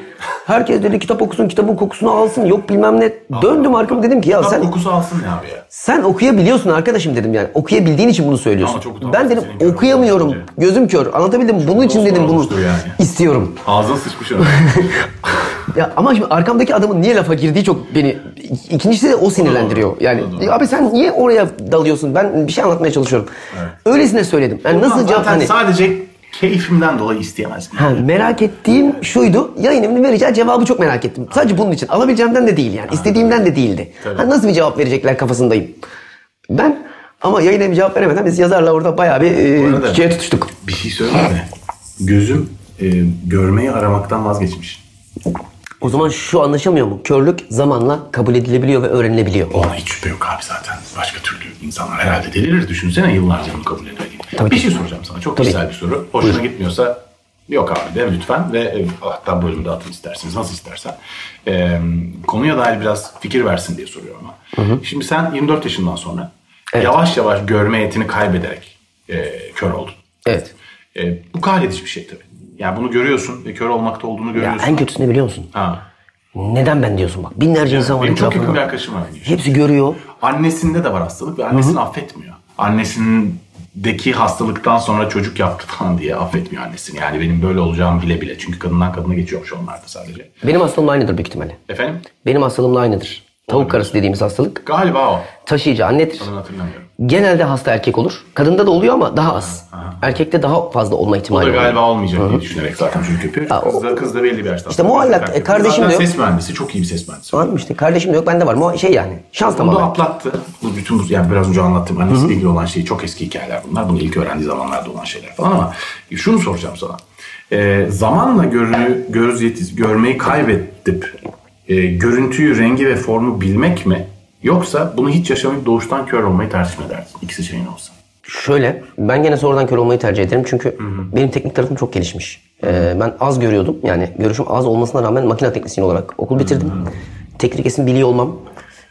[SPEAKER 4] Herkes dedi kitap okusun kitabın kokusunu alsın yok bilmem ne. Döndüm arkamı dedim ki ya
[SPEAKER 5] Kitap
[SPEAKER 4] sen
[SPEAKER 5] kokusu alsın ya abi ya.
[SPEAKER 4] sen okuyabiliyorsun arkadaşım dedim yani. Okuyabildiğin için bunu söylüyorsun.
[SPEAKER 5] Ama çok utanmaz,
[SPEAKER 4] ben dedim
[SPEAKER 5] senin görmen
[SPEAKER 4] okuyamıyorum.
[SPEAKER 5] lazım
[SPEAKER 4] Gözüm kör. Anlatabildim mi? Bunun için
[SPEAKER 5] zor
[SPEAKER 4] dedim bunu
[SPEAKER 5] olmuştur yani.
[SPEAKER 4] istiyorum.
[SPEAKER 5] Ağzına sıçmış öyle.
[SPEAKER 4] Ya ama şimdi arkamdaki adamın niye lafa girdiği çok beni ikincisi de o sinirlendiriyor. Yani
[SPEAKER 5] O da doğru.
[SPEAKER 4] abi sen niye oraya dalıyorsun? Ben bir şey anlatmaya çalışıyorum. Öylesine söyledim. Yani nasıl cevap
[SPEAKER 5] Zaten
[SPEAKER 4] hani
[SPEAKER 5] sadece keyfimden dolayı isteyemezdim.
[SPEAKER 4] Ha, merak ettiğim şuydu. Yayın evinin vereceği cevabı çok merak ettim. Sadece bunun için. Alabileceğimden de değil yani. İstediğimden de değildi.
[SPEAKER 5] Tabii.
[SPEAKER 4] Ha, nasıl bir cevap verecekler kafasındayım. Ben ama yayın evi cevap veremeden biz yazarla orada bayağı bir
[SPEAKER 5] Bu
[SPEAKER 4] e,
[SPEAKER 5] arada-
[SPEAKER 4] şeye tutuştuk.
[SPEAKER 5] Bir şey söyleyeyim mi? Gözüm e, görmeyi aramaktan vazgeçmiş.
[SPEAKER 4] O zaman şu anlaşılmıyor mu? Körlük zamanla kabul edilebiliyor ve öğrenilebiliyor.
[SPEAKER 5] Ona hiç şüphe yok abi zaten. Başka türlü insanlar herhalde delirir. Düşünsene yıllarca bunu kabul etmediğini.
[SPEAKER 4] Tabii
[SPEAKER 5] Bir
[SPEAKER 4] ki.
[SPEAKER 5] şey soracağım sana. Çok
[SPEAKER 4] Tabii.
[SPEAKER 5] güzel bir soru. Hoşuna gitmiyorsa yok abi de lütfen. Ve e, hatta bölümde atın isterseniz. Nasıl istersen. E, konuya dair biraz fikir versin diye soruyorum ama. Şimdi sen 24 yaşından sonra yavaş yavaş görme yetini kaybederek e, kör oldun.
[SPEAKER 4] Evet.
[SPEAKER 5] E, bu kahredici bir şey tabii. Yani bunu görüyorsun ve kör olmakta olduğunu
[SPEAKER 4] Ya
[SPEAKER 5] görüyorsun.
[SPEAKER 4] en kötüsü ne biliyor musun?
[SPEAKER 5] Ha.
[SPEAKER 4] Neden ben diyorsun bak. Binlerce insan var
[SPEAKER 5] Benim çok yakın bir
[SPEAKER 4] etrafında.
[SPEAKER 5] arkadaşım var.
[SPEAKER 4] Hepsi görüyor.
[SPEAKER 5] Annesinde de var hastalık ve annesini affetmiyor. Annesindeki hastalıktan sonra çocuk yaptı falan diye affetmiyor annesini. Yani benim böyle olacağımı bile bile. Çünkü kadından kadına geçiyormuş onlar da sadece.
[SPEAKER 4] Benim hastalığımla aynıdır büyük ihtimalle.
[SPEAKER 5] Efendim?
[SPEAKER 4] Benim hastalığımla aynıdır. Tavuk karısı dediğimiz hastalık.
[SPEAKER 5] Galiba o.
[SPEAKER 4] Taşıyıcı annedir.
[SPEAKER 5] Ben hatırlamıyorum.
[SPEAKER 4] Genelde hasta erkek olur. Kadında da oluyor ama daha az. Erkekte daha fazla olma
[SPEAKER 5] O da
[SPEAKER 4] ihtimali var.
[SPEAKER 5] galiba olmayacak diye düşünerek zaten çünkü yapıyor.
[SPEAKER 4] Ha, o-
[SPEAKER 5] Kız da, kız da belli bir yaşta.
[SPEAKER 4] İşte muallak,
[SPEAKER 5] Zaten
[SPEAKER 4] e, kardeşim
[SPEAKER 5] zaten
[SPEAKER 4] de yok.
[SPEAKER 5] ses mühendisi. Çok iyi bir ses mühendisi.
[SPEAKER 4] Var mı işte? Kardeşim de yok bende var. Mu- Şey yani. Şans
[SPEAKER 5] Bunu da
[SPEAKER 4] tamamen.
[SPEAKER 5] atlattı. Bu bütün bu yani biraz önce anlattığım annesiyle ilgili olan şey çok eski hikayeler bunlar. Bunu ilk öğrendiği zamanlarda olan şeyler falan ama şunu soracağım sana. Ee, zamanla görünü, göz yetiz, görmeyi kaybettip e, görüntüyü, rengi ve formu bilmek mi? Yoksa bunu hiç yaşamayıp doğuştan kör olmayı tercih mi edersin? İkisi şeyin olsa.
[SPEAKER 4] Şöyle ben gene sonradan kör olmayı tercih ederim çünkü benim teknik tarafım çok gelişmiş. Ee, ben az görüyordum yani görüşüm az olmasına rağmen makine teknisyeni olarak okul bitirdim. Teknik resim biliyor olmam,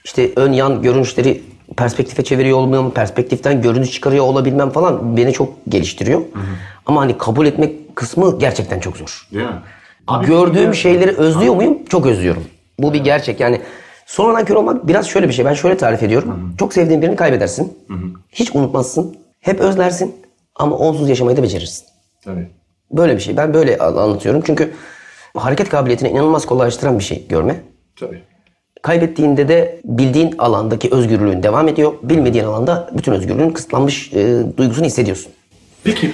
[SPEAKER 4] işte ön yan görünüşleri perspektife çeviriyor olmam, perspektiften görünüş çıkarıyor olabilmem falan beni çok geliştiriyor. Ama hani kabul etmek kısmı gerçekten çok zor.
[SPEAKER 5] Değil mi? şey-
[SPEAKER 4] Gördüğüm şeyleri özlüyor muyum? Çok özlüyorum. Bu bir gerçek. Yani sonradan kör olmak biraz şöyle bir şey. Ben şöyle tarif ediyorum. Çok sevdiğin birini kaybedersin. Hiç unutmazsın. Hep özlersin. Ama onsuz yaşamayı da becerirsin.
[SPEAKER 5] Tabii.
[SPEAKER 4] Böyle bir şey. Ben böyle an- anlatıyorum. Çünkü hareket kabiliyetini inanılmaz kolaylaştıran bir şey görme.
[SPEAKER 5] Tabii.
[SPEAKER 4] Kaybettiğinde de bildiğin alandaki özgürlüğün devam ediyor. Bilmediğin alanda bütün özgürlüğün kısıtlanmış e, duygusunu hissediyorsun.
[SPEAKER 5] Peki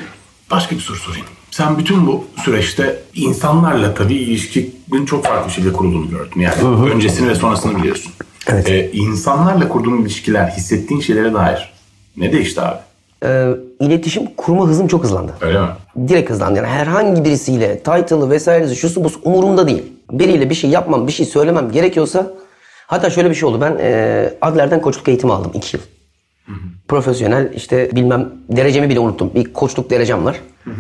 [SPEAKER 5] başka bir soru sorayım. Sen bütün bu süreçte insanlarla tabii ilişkinin çok farklı bir şekilde kurulduğunu gördün. Yani öncesini ve sonrasını biliyorsun.
[SPEAKER 4] Evet.
[SPEAKER 5] Ee, insanlarla kurduğun ilişkiler, hissettiğin şeylere dair ne değişti abi?
[SPEAKER 4] E, iletişim kurma hızım çok hızlandı.
[SPEAKER 5] Öyle mi?
[SPEAKER 4] direkt hızlandı. Yani herhangi birisiyle title'ı vesairesi şusu busu umurumda değil. Biriyle bir şey yapmam, bir şey söylemem gerekiyorsa hatta şöyle bir şey oldu. Ben eee Adler'den koçluk eğitimi aldım 2 yıl. Profesyonel işte bilmem derecemi bile unuttum. Bir koçluk derecem var. Eee,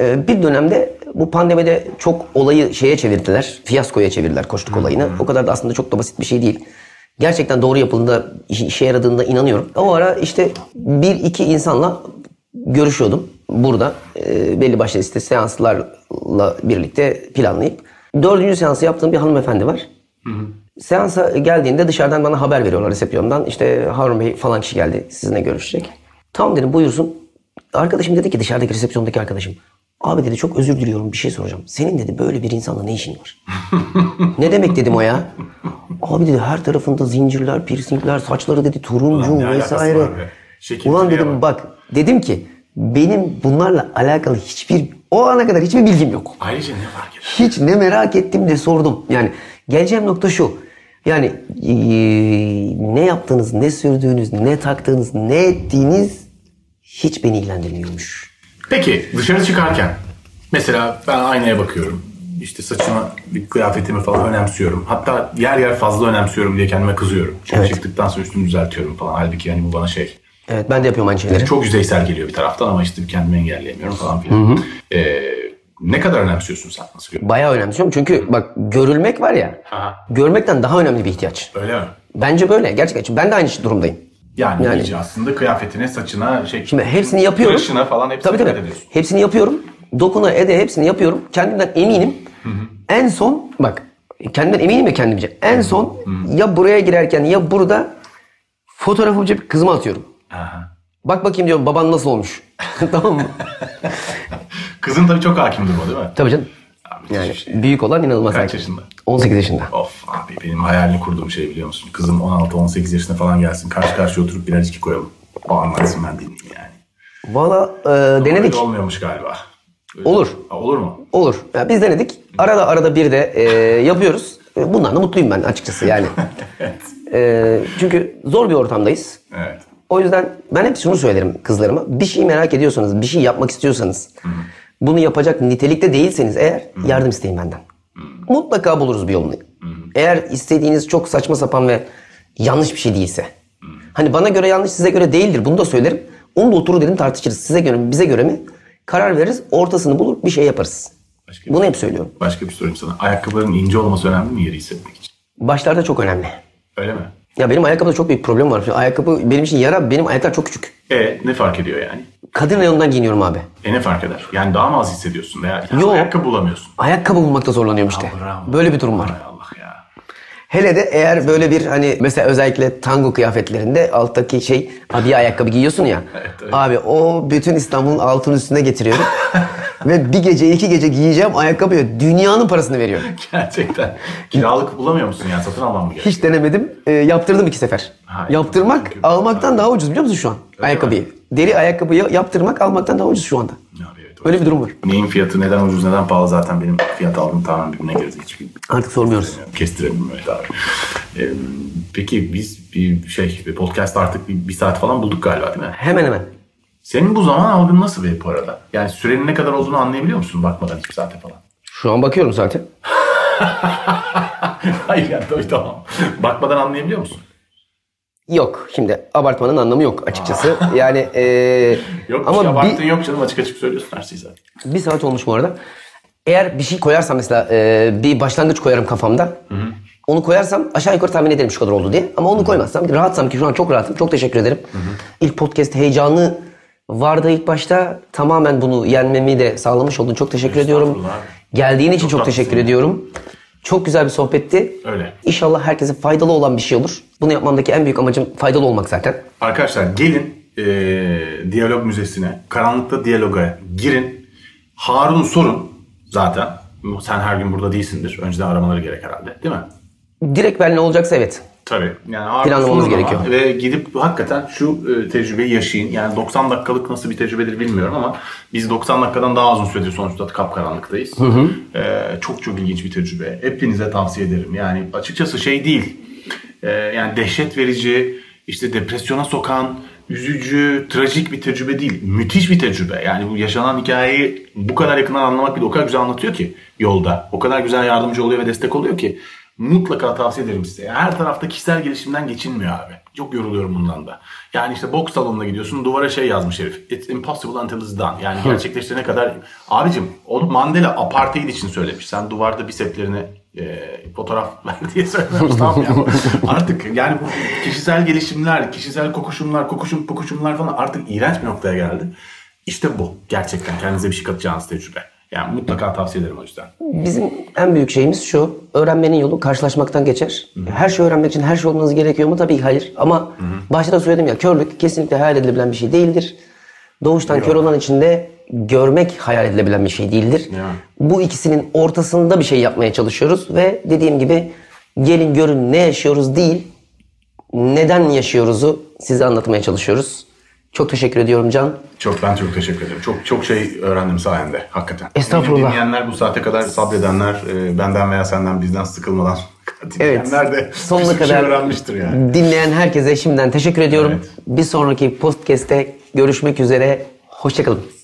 [SPEAKER 4] Ee, bir dönemde bu pandemide çok olayı şeye çevirdiler. Fiyaskoya çevirdiler koçluk olayını. O kadar da aslında çok da basit bir şey değil. Gerçekten doğru yapıldığında, işi- işe yaradığında inanıyorum. O ara işte bir iki insanla görüşüyordum burada. Ee, belli başlı işte seanslarla birlikte planlayıp. Dördüncü seansı yaptığım bir hanımefendi var. Seansa geldiğinde dışarıdan bana haber veriyorlar resepsiyondan. İşte Harun Bey falan kişi geldi sizinle görüşecek. Tamam dedim buyursun. Arkadaşım dedi ki dışarıdaki resepsiyondaki arkadaşım. Abi dedi çok özür diliyorum bir şey soracağım. Senin dedi böyle bir insanla ne işin var? ne demek dedim o ya? Abi dedi her tarafında zincirler, piercingler, saçları dedi turuncu
[SPEAKER 5] Ulan ne alakası
[SPEAKER 4] vesaire.
[SPEAKER 5] var be? Şekilciliğe
[SPEAKER 4] Ulan dedim
[SPEAKER 5] bak.
[SPEAKER 4] Bak dedim ki benim bunlarla alakalı hiçbir o ana kadar hiçbir bilgim yok.
[SPEAKER 5] Ayrıca ne fark eder?
[SPEAKER 4] Hiç ne merak ettim de sordum. Yani geleceğim nokta şu. Yani eee, ne yaptığınız, ne sürdüğünüz, ne taktığınız, ne ettiğiniz hiç beni ilgilendirmiyormuş.
[SPEAKER 5] Peki dışarı çıkarken mesela ben aynaya bakıyorum. İşte saçımı, kıyafetimi falan önemsiyorum. Hatta yer yer fazla önemsiyorum diye kendime kızıyorum. Çünkü
[SPEAKER 4] Evet.
[SPEAKER 5] çıktıktan sonra üstümü düzeltiyorum falan. Halbuki yani bu bana şey
[SPEAKER 4] Evet ben de yapıyorum aynı şeyleri.
[SPEAKER 5] Çok yüzeysel geliyor bir taraftan ama işte kendimi engelleyemiyorum falan filan. Ee, ne kadar önemsiyorsun sen nasıl görüyorsun?
[SPEAKER 4] Bayağı önemsiyorum çünkü bak görülmek var ya.
[SPEAKER 5] Aha.
[SPEAKER 4] Görmekten daha önemli bir ihtiyaç.
[SPEAKER 5] Öyle mi?
[SPEAKER 4] Bence böyle gerçekten. Çünkü Ben de aynı durumdayım.
[SPEAKER 5] Yani,
[SPEAKER 4] Yani.
[SPEAKER 5] iyice aslında kıyafetine, saçına, şey,
[SPEAKER 4] Şimdi hepsini yapıyorum.
[SPEAKER 5] tıraşına falan hepsine
[SPEAKER 4] tabii, tabii.
[SPEAKER 5] dikkat ediyorsun.
[SPEAKER 4] Hepsini yapıyorum. Dokuna ede hepsini yapıyorum. Kendimden eminim. En son bak kendimden eminim ya kendimce. En son ya buraya girerken ya burada fotoğrafımı cep kızıma atıyorum.
[SPEAKER 5] Aha.
[SPEAKER 4] Bak bakayım diyorum baban nasıl olmuş. tamam mı?
[SPEAKER 5] Kızın tabii çok hakim duruma değil mi?
[SPEAKER 4] Tabii canım.
[SPEAKER 5] Abi,
[SPEAKER 4] Yani
[SPEAKER 5] şey.
[SPEAKER 4] büyük olan inanılmaz.
[SPEAKER 5] Kaç
[SPEAKER 4] hakim.
[SPEAKER 5] yaşında?
[SPEAKER 4] 18 yaşında.
[SPEAKER 5] Of abi benim hayalini kurduğum şey biliyor musun? Kızım 16-18 yaşına falan gelsin. Karşı karşıya oturup birer içki koyalım. O anlatsın ben dinleyeyim yani.
[SPEAKER 4] Valla e, denedik.
[SPEAKER 5] Öyle olmuyormuş galiba. Öyle-
[SPEAKER 4] Olur.
[SPEAKER 5] Ha, olur mu?
[SPEAKER 4] Olur. Ya biz denedik. Arada arada bir de e, yapıyoruz. E, Bundan da mutluyum ben açıkçası yani. E, çünkü zor bir ortamdayız.
[SPEAKER 5] Evet.
[SPEAKER 4] O yüzden ben hep şunu söylerim kızlarıma. Bir şey merak ediyorsanız, bir şey yapmak istiyorsanız, bunu yapacak nitelikte değilseniz eğer yardım isteyin benden. Mutlaka buluruz bir yolunu. Eğer istediğiniz çok saçma sapan ve yanlış bir şey değilse. Hani bana göre yanlış, size göre değildir. Bunu da söylerim. Onu da oturur dedim tartışırız. Size göre mi, bize göre mi? Karar veririz, ortasını bulur, bir şey yaparız.
[SPEAKER 5] Başka bir,
[SPEAKER 4] Bunu hep söylüyorum.
[SPEAKER 5] başka bir sorayım sana. Ayakkabıların ince olması önemli mi yeri hissetmek için?
[SPEAKER 4] Başlarda çok önemli.
[SPEAKER 5] Öyle mi?
[SPEAKER 4] Ya benim ayakkabıda çok büyük problem var. Şimdi Ayakkabı benim için yara, benim ayaklar çok küçük.
[SPEAKER 5] E ne fark ediyor yani?
[SPEAKER 4] Kadın reyonundan giyiniyorum abi.
[SPEAKER 5] E ne fark eder? Yani daha mı az hissediyorsun veya
[SPEAKER 4] Yok.
[SPEAKER 5] ayakkabı bulamıyorsun.
[SPEAKER 4] Ayakkabı bulmakta zorlanıyorum işte.
[SPEAKER 5] Bravo.
[SPEAKER 4] Böyle bir durum var.
[SPEAKER 5] Hay Allah ya.
[SPEAKER 4] Hele de eğer böyle bir hani mesela özellikle tango kıyafetlerinde alttaki şey abiye ayakkabı giyiyorsun ya. Abi o bütün İstanbul'un altının üstüne getiriyorum. Ve bir gece iki gece giyeceğim ayakkabıya dünyanın parasını veriyorum.
[SPEAKER 5] Gerçekten. Kiralık bulamıyor musun yani? Satın alman mı gerekiyor?
[SPEAKER 4] Hiç denemedim. Ee, yaptırdım iki sefer.
[SPEAKER 5] Ha,
[SPEAKER 4] Yaptırmak
[SPEAKER 5] mümkün.
[SPEAKER 4] almaktan daha ucuz biliyor musun şu an? ayakkabıyı. Deri ayakkabıyı yaptırmak almaktan daha ucuz şu anda.
[SPEAKER 5] Abi evet, o-
[SPEAKER 4] Öyle bir durum var.
[SPEAKER 5] Neyin fiyatı neden ucuz neden pahalı zaten benim fiyat aldığım tamamen birbirine girdi. Hiçbir
[SPEAKER 4] Artık sormuyoruz.
[SPEAKER 5] kestirelim öyle abi. Ee, peki biz bir şey bir podcast artık bir, bir saat falan bulduk galiba değil mi?
[SPEAKER 4] Hemen hemen.
[SPEAKER 5] Senin bu zaman algın nasıl be bu arada? Yani sürenin ne kadar olduğunu anlayabiliyor musun bakmadan hiçbir saate falan?
[SPEAKER 4] Şu an bakıyorum zaten.
[SPEAKER 5] Hayır yani tabii tamam. Bakmadan anlayabiliyor musun?
[SPEAKER 4] Yok şimdi abartmanın anlamı yok açıkçası. Yani eee
[SPEAKER 5] Yok Ama
[SPEAKER 4] ama
[SPEAKER 5] abarttın
[SPEAKER 4] bir,
[SPEAKER 5] yok canım açık açık söylüyorsun her şeyi zaten.
[SPEAKER 4] bir saat olmuş bu arada. Eğer bir şey koyarsam mesela eee, bir başlangıç koyarım kafamda. Onu koyarsam aşağı yukarı tahmin ederim şu kadar oldu diye. Ama onu koymazsam rahatsam ki şu an çok rahatım. Çok teşekkür ederim. İlk podcast heyecanı vardı ilk başta. Tamamen bunu yenmemi de sağlamış oldun. Çok teşekkür ediyorum.
[SPEAKER 5] Estağfurullah.
[SPEAKER 4] Geldiğin için çok,
[SPEAKER 5] tatlısın.
[SPEAKER 4] teşekkür ediyorum. Çok güzel bir sohbetti.
[SPEAKER 5] Öyle.
[SPEAKER 4] İnşallah herkese faydalı olan bir şey olur. Bunu yapmamdaki en büyük amacım faydalı olmak zaten.
[SPEAKER 5] Arkadaşlar gelin eee, diyalog müzesine, karanlıkta diyaloga girin. Harun sorun zaten. Sen her gün burada değilsindir. Önceden aramaları gerek herhalde değil mi?
[SPEAKER 4] Direkt ben ne olacaksa evet.
[SPEAKER 5] Tabii. Yani Harun
[SPEAKER 4] Planlamamız
[SPEAKER 5] sorun ama
[SPEAKER 4] gerekiyor.
[SPEAKER 5] Ve gidip hakikaten şu e, tecrübeyi yaşayın. Yani 90 dakikalık nasıl bir tecrübedir bilmiyorum ama biz 90 dakikadan daha uzun süredir sonuçta kapkaranlıktayız. E, çok çok ilginç bir tecrübe. Hepinize tavsiye ederim. Yani açıkçası şey değil. E, yani dehşet verici, işte depresyona sokan, üzücü, trajik bir tecrübe değil. Müthiş bir tecrübe. Yani bu yaşanan hikayeyi bu kadar yakından anlamak bile o kadar güzel anlatıyor ki yolda. O kadar güzel yardımcı oluyor ve destek oluyor ki mutlaka tavsiye ederim size. Her tarafta kişisel gelişimden geçilmiyor abi. Çok yoruluyorum bundan da. Yani işte boks salonuna gidiyorsun duvara şey yazmış herif. It's impossible until it's done. Yani gerçekleştirene kadar... Abicim onu Mandela apartheid için söylemiş. Sen duvarda biseplerini e, fotoğraf ver diye söylemiş. tamam ya. Artık yani bu kişisel gelişimler, kişisel kokuşumlar, kokuşum kokuşumlar falan artık iğrenç bir noktaya geldi. İşte bu. Gerçekten kendinize bir şey katacağınız tecrübe. Yani mutlaka tavsiye ederim o yüzden.
[SPEAKER 4] Bizim en büyük şeyimiz şu. Öğrenmenin yolu karşılaşmaktan geçer. Her şeyi öğrenmek için her şey olmanız gerekiyor mu? Tabii ki hayır. Ama başta da söyledim ya körlük kesinlikle hayal edilebilen bir şey değildir. Doğuştan kör olan için de görmek hayal edilebilen bir şey değildir.
[SPEAKER 5] Ya.
[SPEAKER 4] Bu ikisinin ortasında bir şey yapmaya çalışıyoruz ve dediğim gibi gelin görün ne yaşıyoruz değil, neden yaşıyoruzu size anlatmaya çalışıyoruz. Çok teşekkür ediyorum Can.
[SPEAKER 5] Çok ben çok teşekkür ederim. Çok çok şey öğrendim sayende hakikaten.
[SPEAKER 4] Estağfurullah.
[SPEAKER 5] Beni dinleyenler bu saate kadar sabredenler e, benden veya senden bizden sıkılmadan dinleyenler de
[SPEAKER 4] Sonuna
[SPEAKER 5] bir sürü şey
[SPEAKER 4] kadar
[SPEAKER 5] öğrenmiştir yani.
[SPEAKER 4] Dinleyen herkese şimdiden teşekkür ediyorum.
[SPEAKER 5] Evet.
[SPEAKER 4] Bir sonraki podcast'te görüşmek üzere. Hoşçakalın.